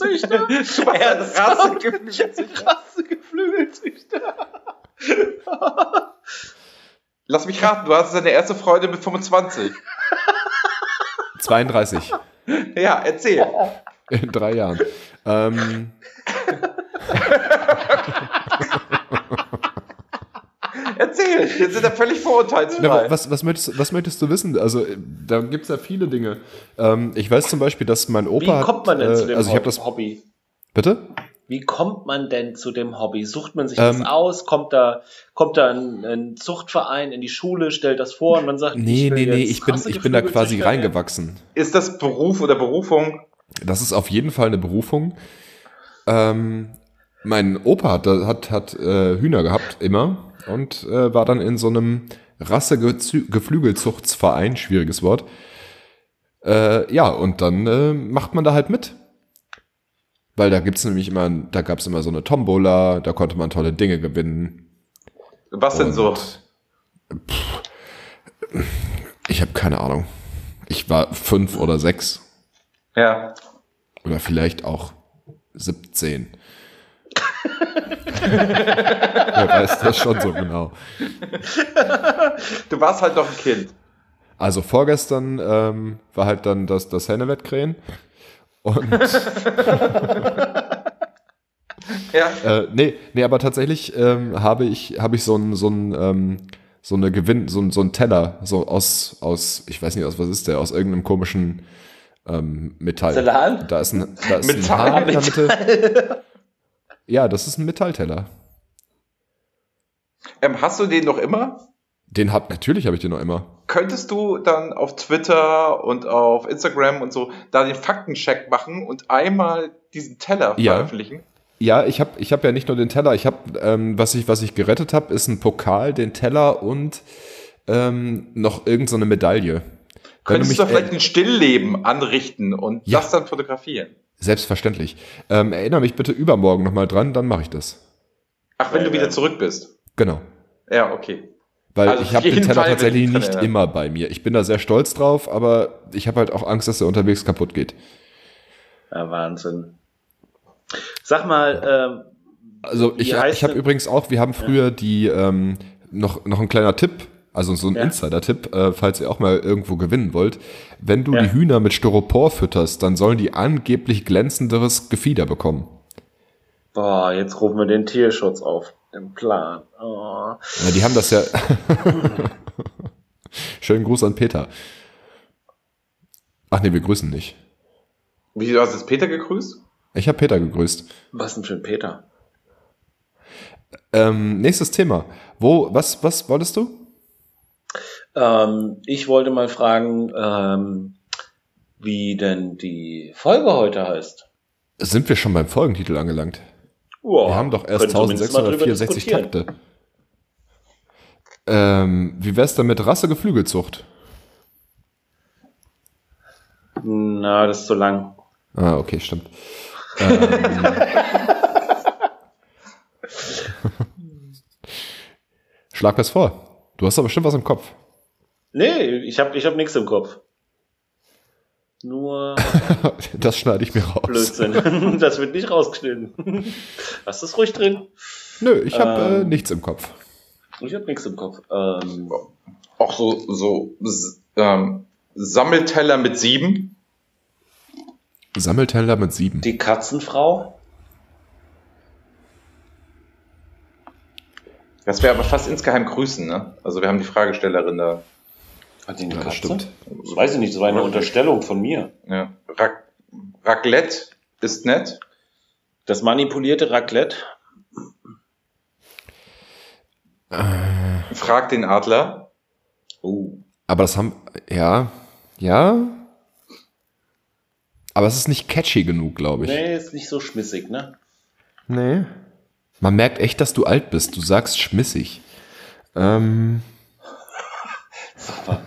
[SPEAKER 2] Geflügelzüchter. Du warst ein Rasse Geflügelzüchter. Rasse Geflügelzüchter. Lass mich raten, du hast deine erste Freude mit 25.
[SPEAKER 3] 32
[SPEAKER 2] Ja, erzähl.
[SPEAKER 3] in drei Jahren. Ähm,
[SPEAKER 2] Erzähl. Wir sind da völlig
[SPEAKER 3] na, wa-
[SPEAKER 4] Genau.
[SPEAKER 2] verurteilsfrei.
[SPEAKER 3] was, was, möchtest, was möchtest du wissen? Also, äh, da gibt es ja viele Dinge. Ähm, ich weiß zum Beispiel, dass mein Opa.
[SPEAKER 4] Wie kommt man denn
[SPEAKER 3] hat,
[SPEAKER 4] zu dem
[SPEAKER 3] also ich hab das,
[SPEAKER 4] Hobby?
[SPEAKER 3] Bitte?
[SPEAKER 4] Wie kommt man denn zu dem Hobby? Sucht man sich
[SPEAKER 3] Ähm,
[SPEAKER 4] das aus? Kommt da, kommt da ein, ein Zuchtverein in die Schule, stellt das vor und man sagt,
[SPEAKER 3] Nee,
[SPEAKER 4] ich will
[SPEAKER 3] nee, nee,
[SPEAKER 4] jetzt
[SPEAKER 3] ich bin,
[SPEAKER 4] krasse
[SPEAKER 3] ich bin da quasi
[SPEAKER 4] Geflügelzüchter werden?
[SPEAKER 3] reingewachsen.
[SPEAKER 2] Ist das Beruf oder Berufung?
[SPEAKER 3] Das ist auf jeden Fall eine Berufung. Ähm, mein Opa hat, hat, hat äh, Hühner gehabt, immer. Und äh, war dann in so einem Rassegeflügelzuchtsverein, schwieriges Wort. Äh, ja, und dann äh, macht man da halt mit. Weil da gibt's nämlich immer, da gab's immer so eine Tombola, da konnte man tolle Dinge gewinnen.
[SPEAKER 2] Was denn so?
[SPEAKER 3] Und, Pff, ich habe keine Ahnung. Ich war fünf oder sechs.
[SPEAKER 2] Ja.
[SPEAKER 3] Oder vielleicht auch 17. Wer weiß das schon so genau.
[SPEAKER 2] Du warst halt noch ein Kind.
[SPEAKER 3] Also vorgestern ähm, war halt dann das, das Hennewettkrähen. Und
[SPEAKER 2] Ja.
[SPEAKER 3] äh, nee, nee, aber tatsächlich ähm, habe ich, habe ich so ein, so ein, ähm, so eine Gewinn, so ein, so ein Teller, so aus, aus, ich weiß nicht, aus was ist der, aus irgendeinem komischen ähm, Metall.
[SPEAKER 4] Salat?
[SPEAKER 3] Da ist ein, da ist ein
[SPEAKER 2] Metall?
[SPEAKER 3] Hahn in der Mitte. Ja, das ist ein Metallteller.
[SPEAKER 2] Ähm, hast du den noch immer?
[SPEAKER 3] Den hab, natürlich habe ich den noch immer.
[SPEAKER 2] Könntest du dann auf Twitter und auf Instagram und so da den Faktencheck machen und einmal diesen Teller
[SPEAKER 3] Ja.
[SPEAKER 2] veröffentlichen?
[SPEAKER 3] Ja, ich habe ich hab ja nicht nur den Teller, ich habe, ähm, was, ich, was ich gerettet habe, ist ein Pokal, den Teller und ähm, noch irgendeine so eine Medaille. Wenn
[SPEAKER 2] Könntest du,
[SPEAKER 3] mich- äh,
[SPEAKER 2] da vielleicht ein Stillleben anrichten und
[SPEAKER 3] Ja.
[SPEAKER 2] das dann fotografieren?
[SPEAKER 3] äh, selbstverständlich. Ähm, erinnere mich bitte übermorgen nochmal dran, dann mache ich das.
[SPEAKER 2] Ach, wenn
[SPEAKER 3] Äh,
[SPEAKER 4] Ja,
[SPEAKER 2] du wieder
[SPEAKER 4] ja.
[SPEAKER 2] zurück bist.
[SPEAKER 3] Genau.
[SPEAKER 2] Ja, okay.
[SPEAKER 3] Weil
[SPEAKER 2] Also
[SPEAKER 3] ich
[SPEAKER 2] auf
[SPEAKER 3] habe den
[SPEAKER 2] jeden
[SPEAKER 3] Teller
[SPEAKER 2] Fall will ich
[SPEAKER 3] tatsächlich
[SPEAKER 2] den
[SPEAKER 3] nicht
[SPEAKER 2] Teller, ja.
[SPEAKER 3] immer bei mir. Ich bin da sehr stolz drauf, aber ich habe halt auch Angst, dass er unterwegs kaputt geht.
[SPEAKER 4] Ja, Wahnsinn. Sag mal, ähm,
[SPEAKER 3] Also
[SPEAKER 4] Wie
[SPEAKER 3] ich,
[SPEAKER 4] heißt
[SPEAKER 3] ich habe
[SPEAKER 4] denn-
[SPEAKER 3] übrigens auch, wir haben früher die, ähm, noch, noch ein kleiner Tipp, also so ein
[SPEAKER 4] Ja.
[SPEAKER 3] Insider-Tipp, äh, falls ihr auch mal irgendwo gewinnen wollt. Wenn du
[SPEAKER 4] Ja.
[SPEAKER 3] die Hühner mit Styropor fütterst, dann sollen die angeblich glänzenderes Gefieder bekommen.
[SPEAKER 4] boah, jetzt rufen wir den Tierschutz auf. Im Plan. Oh.
[SPEAKER 3] Ja, die haben das ja... Schönen Gruß an Peter. Ach nee, wir grüßen nicht.
[SPEAKER 2] Wie, du hast jetzt Peter gegrüßt?
[SPEAKER 3] Ich habe Peter gegrüßt.
[SPEAKER 4] Was denn für ein Peter?
[SPEAKER 3] Äh, Ähm, nächstes Thema. Wo, was, was wolltest du?
[SPEAKER 4] Ähm, ich wollte mal fragen, ähm, wie denn die Folge heute heißt.
[SPEAKER 3] Sind wir schon beim Folgentitel angelangt?
[SPEAKER 4] Wow,
[SPEAKER 3] Wir haben doch erst
[SPEAKER 4] können Oh, zumindest mal drüber
[SPEAKER 3] 1664
[SPEAKER 4] diskutieren.
[SPEAKER 3] Takte. Ähm, wie wär's denn mit Rasse Geflügelzucht?
[SPEAKER 4] Na, das ist zu lang.
[SPEAKER 3] Ah, okay, stimmt. Ähm, Schlag das vor. Du hast aber bestimmt was im Kopf.
[SPEAKER 4] Nee, ich habe ich hab nichts im Kopf. Nur
[SPEAKER 3] Das schneide ich mir raus.
[SPEAKER 4] Blödsinn. Das wird nicht rausgeschnitten. Lass das ruhig drin.
[SPEAKER 3] Nö, ich habe
[SPEAKER 4] Ähm.
[SPEAKER 3] äh, nichts im Kopf.
[SPEAKER 4] Ich habe nichts im Kopf. Ähm,
[SPEAKER 2] Auch so, so s- ähm, Sammelteller mit sieben.
[SPEAKER 3] Sammelteller mit sieben.
[SPEAKER 4] die Katzenfrau?
[SPEAKER 2] Das wäre aber fast insgeheim Grüßen, ne? Also wir haben die Fragestellerin da.
[SPEAKER 4] Hat die eine
[SPEAKER 3] Ja, das
[SPEAKER 4] Katze?
[SPEAKER 3] stimmt.
[SPEAKER 4] Das weiß ich nicht, das war eine Unterstellung von mir.
[SPEAKER 2] Ja. Rac Raclette ist nett.
[SPEAKER 4] Das manipulierte Raclette.
[SPEAKER 2] Frag den Adler.
[SPEAKER 4] Oh.
[SPEAKER 3] Aber das haben. Ja. Ja. Aber es ist nicht catchy genug, glaube ich.
[SPEAKER 4] Nee, ist nicht so schmissig, ne?
[SPEAKER 3] Nee. Man merkt echt, dass du alt bist. Du sagst schmissig. Ähm,
[SPEAKER 4] Aber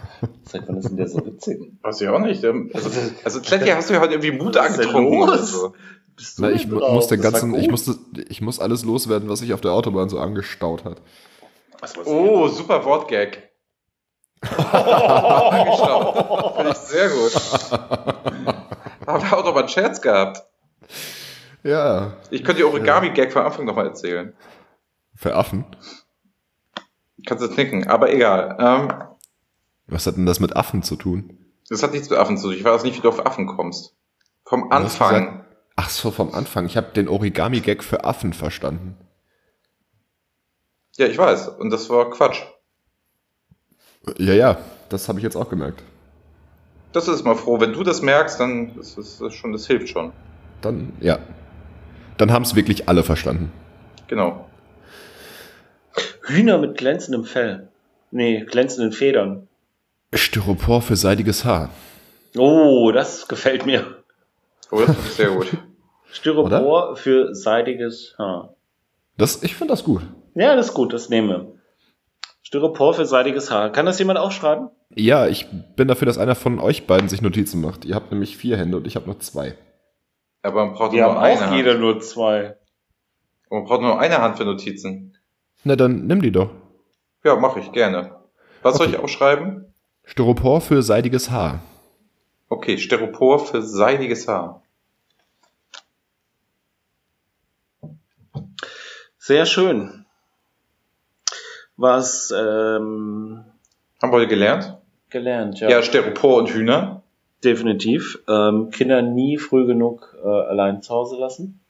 [SPEAKER 4] seit wann ist denn der so witzig?
[SPEAKER 2] Weiß ich auch nicht. ähm, Also, also Kletti, hast du ja heute irgendwie Mut
[SPEAKER 4] Was ist denn
[SPEAKER 2] angetrunken
[SPEAKER 4] los?
[SPEAKER 2] oder so.
[SPEAKER 4] Bist
[SPEAKER 3] na, ich mu- muss den
[SPEAKER 4] Das war
[SPEAKER 3] ganzen,
[SPEAKER 4] gut.
[SPEAKER 3] ich musste, ich muss alles loswerden, was sich auf der Autobahn so angestaut hat.
[SPEAKER 2] Oh, super Wortgag. Angestaut. Finde ich sehr gut. Habt ihr auch noch mal einen Scherz gehabt?
[SPEAKER 3] Ja.
[SPEAKER 2] Ich könnte die Origami-Gag von Anfang nochmal erzählen.
[SPEAKER 3] Für Affen.
[SPEAKER 2] Kannst jetzt nicken, aber egal. Ähm,
[SPEAKER 3] Was hat denn das mit Affen zu tun?
[SPEAKER 2] das hat nichts mit Affen zu tun. Ich weiß nicht, wie du auf Affen kommst. Vom
[SPEAKER 3] Du hast
[SPEAKER 2] Anfang.
[SPEAKER 3] gesagt- Ach so, vom Anfang. Ich habe den Origami-Gag für Affen verstanden.
[SPEAKER 2] Ja, ich weiß. Und das war Quatsch.
[SPEAKER 3] Ja, ja. Das habe ich jetzt auch gemerkt.
[SPEAKER 2] Das ist mal froh. Wenn du das merkst, dann ist das ist schon, das hilft schon.
[SPEAKER 3] Dann, ja. Dann haben es wirklich alle verstanden.
[SPEAKER 2] Genau.
[SPEAKER 4] Hühner mit glänzendem Fell. Nee, glänzenden Federn.
[SPEAKER 3] Styropor für seidiges Haar.
[SPEAKER 4] Oh, das gefällt mir.
[SPEAKER 2] Aber das finde ich sehr gut.
[SPEAKER 4] Styropor für seidiges Haar.
[SPEAKER 3] Das, ich finde das gut.
[SPEAKER 4] Ja, das ist gut, das nehme. Styropor für seidiges Haar. Kann das jemand aufschreiben?
[SPEAKER 3] Ja, ich bin dafür, dass einer von euch beiden sich Notizen macht. Ihr habt nämlich vier Hände und ich habe nur zwei.
[SPEAKER 2] Aber man braucht
[SPEAKER 4] Wir haben
[SPEAKER 2] nur eine
[SPEAKER 4] auch
[SPEAKER 2] Hand.
[SPEAKER 4] jeder nur zwei.
[SPEAKER 2] Und man braucht nur eine Hand für Notizen.
[SPEAKER 3] Na, dann nimm die doch.
[SPEAKER 2] Ja, mache ich gerne. Was soll ich aufschreiben?
[SPEAKER 3] Styropor für seidiges Haar.
[SPEAKER 2] Okay, Styropor für seidiges Haar.
[SPEAKER 4] Sehr schön. Was ähm,
[SPEAKER 2] Haben wir heute gelernt?
[SPEAKER 4] gelernt, ja.
[SPEAKER 2] Ja, Styropor und Hühner.
[SPEAKER 4] Definitiv. Ähm, Kinder nie früh genug äh, allein zu Hause lassen.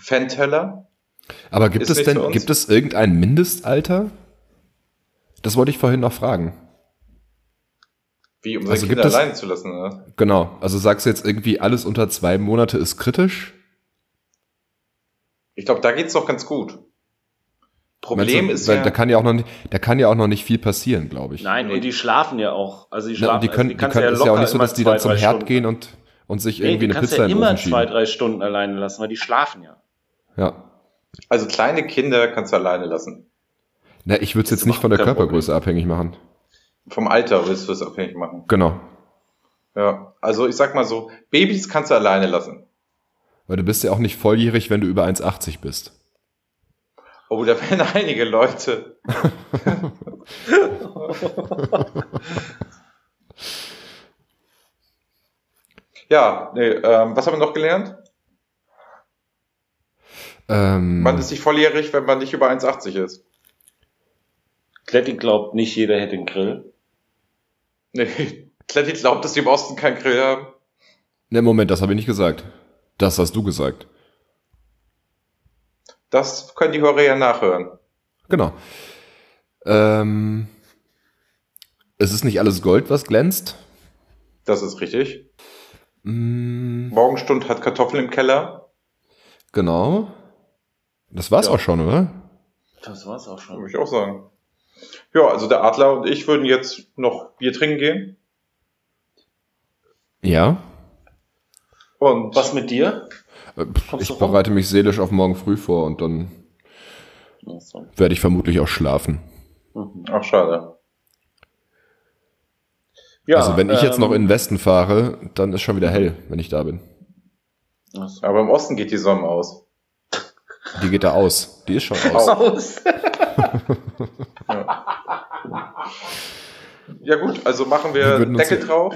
[SPEAKER 2] Fenteller.
[SPEAKER 3] Aber gibt
[SPEAKER 2] Ist
[SPEAKER 3] es
[SPEAKER 2] nicht für
[SPEAKER 3] denn,
[SPEAKER 2] uns.
[SPEAKER 3] gibt es irgendein Mindestalter? Das wollte ich vorhin noch fragen.
[SPEAKER 2] Wie, um seine
[SPEAKER 3] Also gibt
[SPEAKER 2] Kinder
[SPEAKER 3] es-
[SPEAKER 2] allein zu lassen, ne? oder?
[SPEAKER 3] Genau. Also sagst du jetzt irgendwie, alles unter zwei Monate ist kritisch?
[SPEAKER 2] Ich glaube, da geht's doch ganz gut. Problem
[SPEAKER 3] Meinst
[SPEAKER 2] ist
[SPEAKER 3] du, weil
[SPEAKER 2] ja,
[SPEAKER 3] da kann ja auch noch nicht, da kann ja auch noch nicht viel passieren, glaube ich.
[SPEAKER 4] Nein, und die schlafen ja auch. Also die
[SPEAKER 3] Na,
[SPEAKER 4] schlafen,
[SPEAKER 3] und die können,
[SPEAKER 4] also
[SPEAKER 3] die
[SPEAKER 4] kannst
[SPEAKER 3] können
[SPEAKER 4] du
[SPEAKER 3] ist ja auch
[SPEAKER 4] locker
[SPEAKER 3] nicht so,
[SPEAKER 4] immer
[SPEAKER 3] dass die
[SPEAKER 4] zwei,
[SPEAKER 3] dann zum
[SPEAKER 4] drei
[SPEAKER 3] Herd
[SPEAKER 4] Stunden-
[SPEAKER 3] gehen und, und sich
[SPEAKER 4] Nee,
[SPEAKER 3] irgendwie
[SPEAKER 4] die
[SPEAKER 3] eine
[SPEAKER 4] kannst
[SPEAKER 3] Pizza
[SPEAKER 4] ja
[SPEAKER 3] in den
[SPEAKER 4] immer
[SPEAKER 3] Ofen
[SPEAKER 4] zwei,
[SPEAKER 3] schieben.
[SPEAKER 4] drei Stunden alleine lassen, weil die schlafen ja.
[SPEAKER 3] Ja.
[SPEAKER 2] also kleine Kinder kannst du alleine lassen.
[SPEAKER 3] Na, ich würde es
[SPEAKER 4] Ist
[SPEAKER 3] jetzt nicht von der
[SPEAKER 4] überhaupt kein
[SPEAKER 3] Körpergröße abhängig machen.
[SPEAKER 2] Vom Alter willst du es abhängig machen.
[SPEAKER 3] Genau.
[SPEAKER 2] Ja, also ich sag mal so, Babys kannst du alleine lassen.
[SPEAKER 3] Weil du bist ja auch nicht volljährig, wenn du über 1,80 bist.
[SPEAKER 2] Oh, da werden einige Leute. ja, nee, ähm, was haben wir noch gelernt?
[SPEAKER 3] Ähm,
[SPEAKER 2] Man ist nicht volljährig, wenn man nicht über 1,80 ist.
[SPEAKER 4] Kletti glaubt nicht, jeder hätte einen Grill.
[SPEAKER 2] Nee, Kletti glaubt, dass die im Osten keinen Grill haben.
[SPEAKER 3] ne, Moment, das habe ich nicht gesagt. Das hast du gesagt.
[SPEAKER 2] Das können die Hörer ja nachhören.
[SPEAKER 3] Genau. Ähm, es ist nicht alles Gold, was glänzt.
[SPEAKER 2] Das ist richtig.
[SPEAKER 3] Mm,
[SPEAKER 2] Morgenstund hat Kartoffeln im Keller.
[SPEAKER 3] genau. Das war's
[SPEAKER 2] Ja.
[SPEAKER 3] auch schon, oder?
[SPEAKER 4] Das war's auch schon.
[SPEAKER 2] Würde ich auch sagen. Ja, also der Adler und ich würden jetzt noch Bier trinken gehen.
[SPEAKER 3] Ja.
[SPEAKER 2] Und
[SPEAKER 4] Was mit dir?
[SPEAKER 3] Äh,
[SPEAKER 4] Kommst du
[SPEAKER 3] Ich
[SPEAKER 4] rum?
[SPEAKER 3] bereite mich seelisch auf morgen früh vor und dann
[SPEAKER 4] Ach so.
[SPEAKER 3] werde ich vermutlich auch schlafen.
[SPEAKER 4] Mhm.
[SPEAKER 2] Ach, schade.
[SPEAKER 4] Ja,
[SPEAKER 3] also wenn ich jetzt
[SPEAKER 4] ähm,
[SPEAKER 3] noch in den Westen fahre, dann ist schon wieder hell, wenn ich da bin.
[SPEAKER 4] ach so.
[SPEAKER 2] Aber im Osten geht die Sonne aus.
[SPEAKER 3] Die geht da aus. Die ist schon aus.
[SPEAKER 4] Aus.
[SPEAKER 2] Ja gut, also machen
[SPEAKER 3] Wir
[SPEAKER 2] wir
[SPEAKER 3] würden uns
[SPEAKER 2] Deckel
[SPEAKER 3] hier-
[SPEAKER 2] drauf.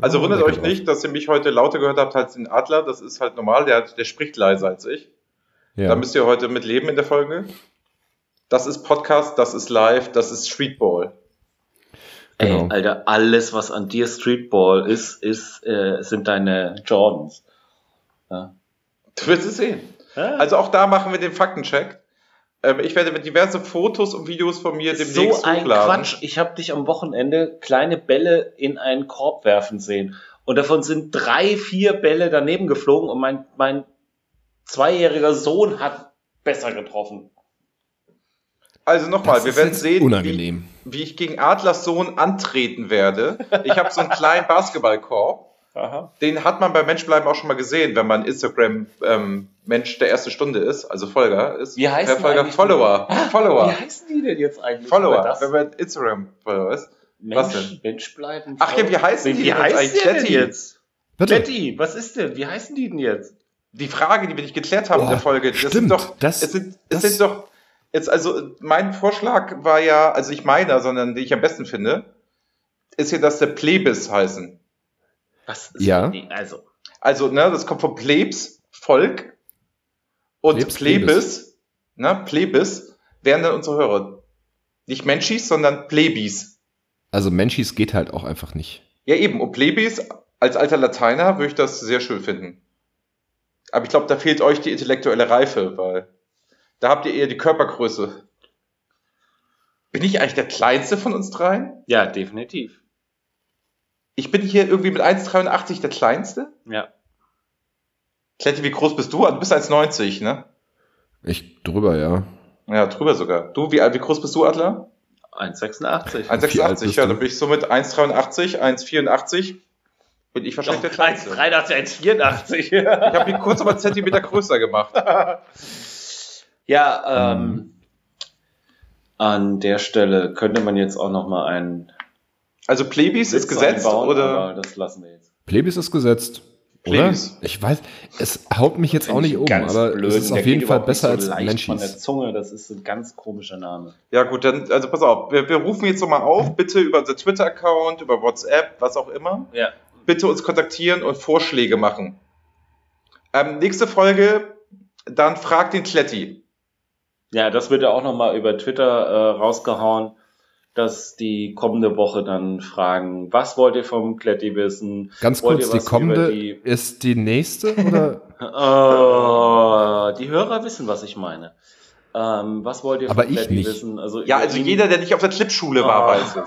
[SPEAKER 2] Also
[SPEAKER 3] Oh,
[SPEAKER 2] wundert
[SPEAKER 3] Deckel
[SPEAKER 2] euch
[SPEAKER 3] drauf.
[SPEAKER 2] nicht, dass ihr mich heute lauter gehört habt als den Adler. Das ist halt normal, der, hat- der spricht leiser als ich. Da
[SPEAKER 3] Ja.
[SPEAKER 2] müsst ihr heute mit leben in der Folge. Das ist Podcast, das ist Live, das ist Streetball.
[SPEAKER 3] Genau.
[SPEAKER 4] Ey, Alter, alles, was an dir Streetball ist, ist äh, sind deine Jordans.
[SPEAKER 2] Du wirst es sehen.
[SPEAKER 4] Also
[SPEAKER 2] Also auch da machen wir den Faktencheck. Ähm, ich werde mit diverse Fotos und Videos von mir demnächst
[SPEAKER 4] so ein
[SPEAKER 2] hochladen.
[SPEAKER 4] Quatsch. Ich habe dich am Wochenende kleine Bälle in einen Korb werfen sehen. Und davon sind drei, vier Bälle daneben geflogen und mein, mein zweijähriger Sohn hat besser getroffen.
[SPEAKER 2] Also nochmal, wir werden sehen, wie,
[SPEAKER 3] Unangenehm.
[SPEAKER 2] wie ich gegen Adlers Sohn antreten werde. Ich habe so einen kleinen Basketballkorb.
[SPEAKER 4] Aha.
[SPEAKER 2] Den hat man bei Menschbleiben auch schon mal gesehen, wenn man Instagram-Mensch der ersten Stunde ist, also Folger ist.
[SPEAKER 4] Wie heißen
[SPEAKER 2] Wer Folger?
[SPEAKER 4] eigentlich-
[SPEAKER 2] Follower. Follower.
[SPEAKER 4] Wie heißen die denn jetzt eigentlich? Oder
[SPEAKER 2] Follower.
[SPEAKER 4] das?
[SPEAKER 2] Wenn man Instagram-Follower ist.
[SPEAKER 4] Mensch,
[SPEAKER 2] was denn?
[SPEAKER 4] Mensch bleiben.
[SPEAKER 2] Ach ja, wie heißen
[SPEAKER 4] wie,
[SPEAKER 2] die
[SPEAKER 4] wie
[SPEAKER 2] denn
[SPEAKER 4] heißt
[SPEAKER 2] eigentlich?
[SPEAKER 4] der denn
[SPEAKER 2] Letty?
[SPEAKER 4] jetzt?
[SPEAKER 3] Bitte.
[SPEAKER 4] Letty, was ist denn? Wie heißen die denn jetzt?
[SPEAKER 2] Die Frage, die wir nicht geklärt haben in
[SPEAKER 3] Boah,
[SPEAKER 2] der Folge, das
[SPEAKER 3] stimmt.
[SPEAKER 2] sind doch,
[SPEAKER 3] Das-
[SPEAKER 2] es sind,
[SPEAKER 3] das-
[SPEAKER 2] es sind doch, jetzt, also, mein Vorschlag war ja, also nicht meiner, sondern den ich am besten finde, ist ja, dass der Plebis heißen.
[SPEAKER 4] Was ist
[SPEAKER 3] Ja.
[SPEAKER 4] Nee, also,
[SPEAKER 2] Also, ne, das kommt von Plebs, Volk. Und
[SPEAKER 3] Plebs,
[SPEAKER 2] Plebis,
[SPEAKER 3] Plebis.
[SPEAKER 2] ne, Plebis, wären dann unsere Hörer. Nicht Menschis, sondern Plebis.
[SPEAKER 3] Also Menschis geht halt auch einfach nicht.
[SPEAKER 2] Ja, eben. Und Plebis, als alter Lateiner, würde ich das sehr schön finden. Aber ich glaube, da fehlt euch die intellektuelle Reife, weil da habt ihr eher die Körpergröße. Bin ich eigentlich der kleinste von uns dreien?
[SPEAKER 4] ja, definitiv.
[SPEAKER 2] Ich bin hier irgendwie mit 1,83 der kleinste?
[SPEAKER 4] Ja.
[SPEAKER 2] Kletti, wie groß bist du? Ah, Du bist 1,90, ne?
[SPEAKER 3] Ich drüber, ja.
[SPEAKER 2] Ja, drüber sogar. Du, wie, alt- wie groß bist du, Adler?
[SPEAKER 4] 1,86.
[SPEAKER 3] Wie alt
[SPEAKER 2] 1,86,
[SPEAKER 3] bist
[SPEAKER 2] ja,
[SPEAKER 3] du?
[SPEAKER 2] dann bin ich somit 1,83, 1,84. Bin ich wahrscheinlich der Kleinste.
[SPEAKER 4] 1,83, 1,84.
[SPEAKER 2] Ich habe ihn kurz aber einen Zentimeter größer gemacht.
[SPEAKER 4] Ja,
[SPEAKER 3] Mhm.
[SPEAKER 4] ähm, an der Stelle könnte man jetzt auch noch mal einen
[SPEAKER 2] Also Plebis ist
[SPEAKER 4] Witz
[SPEAKER 2] gesetzt
[SPEAKER 4] einbauen,
[SPEAKER 2] oder
[SPEAKER 4] aber das lassen wir jetzt.
[SPEAKER 3] Plebis ist gesetzt.
[SPEAKER 2] Plebis.
[SPEAKER 3] Oder? Ich weiß, es haut mich jetzt auch
[SPEAKER 4] Finde
[SPEAKER 3] nicht
[SPEAKER 4] ich
[SPEAKER 3] um,
[SPEAKER 4] ganz
[SPEAKER 3] aber
[SPEAKER 4] blöd.
[SPEAKER 3] es ist
[SPEAKER 4] Der
[SPEAKER 3] auf jeden
[SPEAKER 4] geht
[SPEAKER 3] Fall
[SPEAKER 4] überhaupt nicht
[SPEAKER 3] besser
[SPEAKER 4] so
[SPEAKER 3] als
[SPEAKER 4] leicht von der
[SPEAKER 3] Menschis.
[SPEAKER 4] Zunge, das ist ein ganz komischer Name.
[SPEAKER 2] Ja gut, dann also pass auf, wir, wir rufen jetzt nochmal auf, bitte über unser Twitter Account, über WhatsApp, was auch immer.
[SPEAKER 4] Ja.
[SPEAKER 2] Bitte uns kontaktieren und Vorschläge machen. Ähm, nächste Folge dann fragt den Kletti.
[SPEAKER 4] Ja, das wird ja auch noch mal über Twitter äh, rausgehauen, dass die kommende Woche dann fragen, was wollt ihr vom Kletti wissen?
[SPEAKER 3] Ganz
[SPEAKER 4] Wollt
[SPEAKER 3] kurz,
[SPEAKER 4] ihr
[SPEAKER 3] die
[SPEAKER 4] was über
[SPEAKER 3] kommende
[SPEAKER 4] die-
[SPEAKER 3] ist die nächste oder?
[SPEAKER 4] Oh, die Hörer wissen, was ich meine. Ähm, was wollt ihr
[SPEAKER 3] Aber
[SPEAKER 4] vom
[SPEAKER 3] ich
[SPEAKER 4] Kletti
[SPEAKER 3] nicht.
[SPEAKER 4] wissen? Also
[SPEAKER 2] Ja,
[SPEAKER 4] über
[SPEAKER 2] also
[SPEAKER 4] ihn-
[SPEAKER 2] jeder, der nicht auf der Clipschule war,
[SPEAKER 4] Ah.
[SPEAKER 2] weiß es.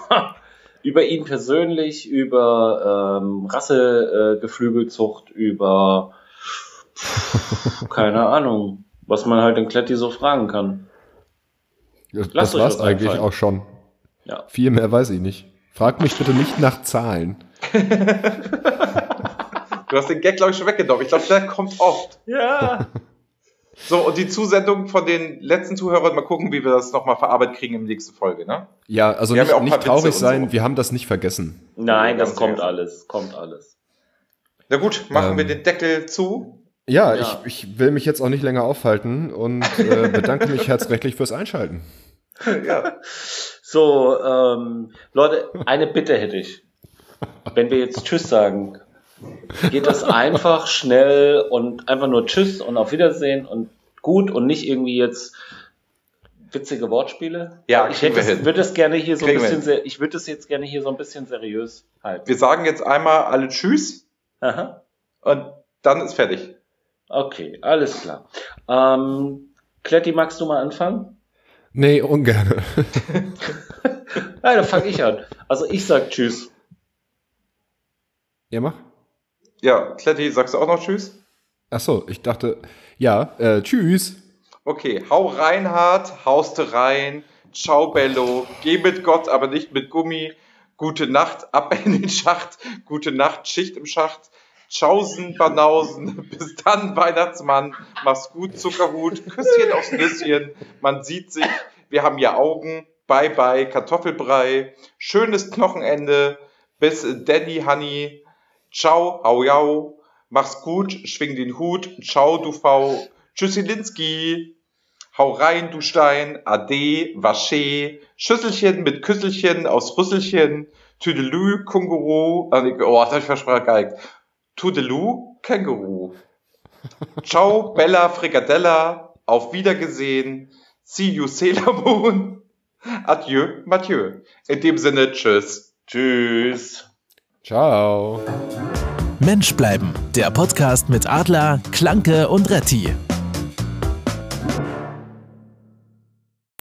[SPEAKER 4] über ihn persönlich, über ähm, Rasse, äh, Geflügelzucht, über pff, keine Ahnung, was man halt in Kletti so fragen kann.
[SPEAKER 3] das
[SPEAKER 4] euch
[SPEAKER 3] war's
[SPEAKER 4] was
[SPEAKER 3] eigentlich
[SPEAKER 4] einfallen.
[SPEAKER 3] auch schon.
[SPEAKER 4] Ja.
[SPEAKER 3] Viel mehr weiß ich nicht. Frag mich bitte nicht nach Zahlen.
[SPEAKER 2] Du hast den Gag, glaube ich, schon weggenommen. Ich glaube, der kommt oft.
[SPEAKER 4] Ja.
[SPEAKER 2] So, und die Zusendung von den letzten Zuhörern, mal gucken, wie wir das nochmal verarbeitet kriegen in der nächsten Folge, ne?
[SPEAKER 3] Ja, also
[SPEAKER 2] Wir haben
[SPEAKER 3] nicht,
[SPEAKER 2] ja auch ein
[SPEAKER 3] nicht
[SPEAKER 2] paar Witze
[SPEAKER 3] traurig
[SPEAKER 2] und
[SPEAKER 3] sein,
[SPEAKER 2] so.
[SPEAKER 3] wir haben das nicht vergessen.
[SPEAKER 4] Nein, das
[SPEAKER 2] Ganz
[SPEAKER 4] kommt
[SPEAKER 2] ehrlich.
[SPEAKER 4] alles, kommt alles.
[SPEAKER 2] Na gut, machen
[SPEAKER 3] Ähm.
[SPEAKER 2] wir den Deckel zu.
[SPEAKER 3] Ja,
[SPEAKER 4] Ja.
[SPEAKER 3] Ich, ich will mich jetzt auch nicht länger aufhalten und äh, bedanke mich herzrechtlich fürs Einschalten.
[SPEAKER 2] Ja.
[SPEAKER 4] So, ähm, Leute, eine Bitte hätte ich. Wenn wir jetzt Tschüss sagen, geht das einfach schnell und einfach nur Tschüss und auf Wiedersehen und gut und nicht irgendwie jetzt witzige Wortspiele.
[SPEAKER 2] Ja,
[SPEAKER 4] ich
[SPEAKER 2] kriegen
[SPEAKER 4] hätte
[SPEAKER 2] wir
[SPEAKER 4] das,
[SPEAKER 2] hin.
[SPEAKER 4] würde das gerne hier so ein
[SPEAKER 2] Kriegen wir
[SPEAKER 4] bisschen, ser- ich würde das jetzt gerne hier so ein bisschen seriös halten.
[SPEAKER 2] Wir sagen jetzt einmal alle Tschüss
[SPEAKER 4] Aha.
[SPEAKER 2] und dann ist fertig.
[SPEAKER 4] Okay, alles klar. Ähm, Kletti, magst du mal anfangen?
[SPEAKER 3] Nee, ungern.
[SPEAKER 4] Nein, dann fange ich an. Also ich sag Tschüss.
[SPEAKER 3] Ihr macht?
[SPEAKER 2] Ja, Kletti, sagst du auch noch Tschüss?
[SPEAKER 3] Ach so, ich dachte, ja, äh, tschüss.
[SPEAKER 2] Okay, hau Reinhard, hauste rein, ciao Bello, geh mit Gott, aber nicht mit Gummi, gute Nacht, ab in den Schacht, gute Nacht, Schicht im Schacht, tschaußen, Banausen, bis dann, Weihnachtsmann, mach's gut, Zuckerhut, Küsschen aufs Nüsschen, man sieht sich, wir haben ja Augen, bye bye, Kartoffelbrei, schönes Knochenende, bis Danny, Honey, ciao, hau jau, mach's gut, schwing den Hut, ciao, du V, Tschüssilinski, hau rein, du Stein, ade, wasche, Schüsselchen mit Küsselchen aus Rüsselchen, Tüdelü, Kunguru, ah, nee, oh, das hab ich versprochen, Tudelu, Känguru. Ciao, Bella Frikadella. Auf Wiedergesehen. See you, Sailor Moon. Adieu, Mathieu. In dem Sinne, tschüss. Tschüss.
[SPEAKER 3] Ciao.
[SPEAKER 1] Mensch bleiben, der Podcast mit Adler, Klanke und Retti.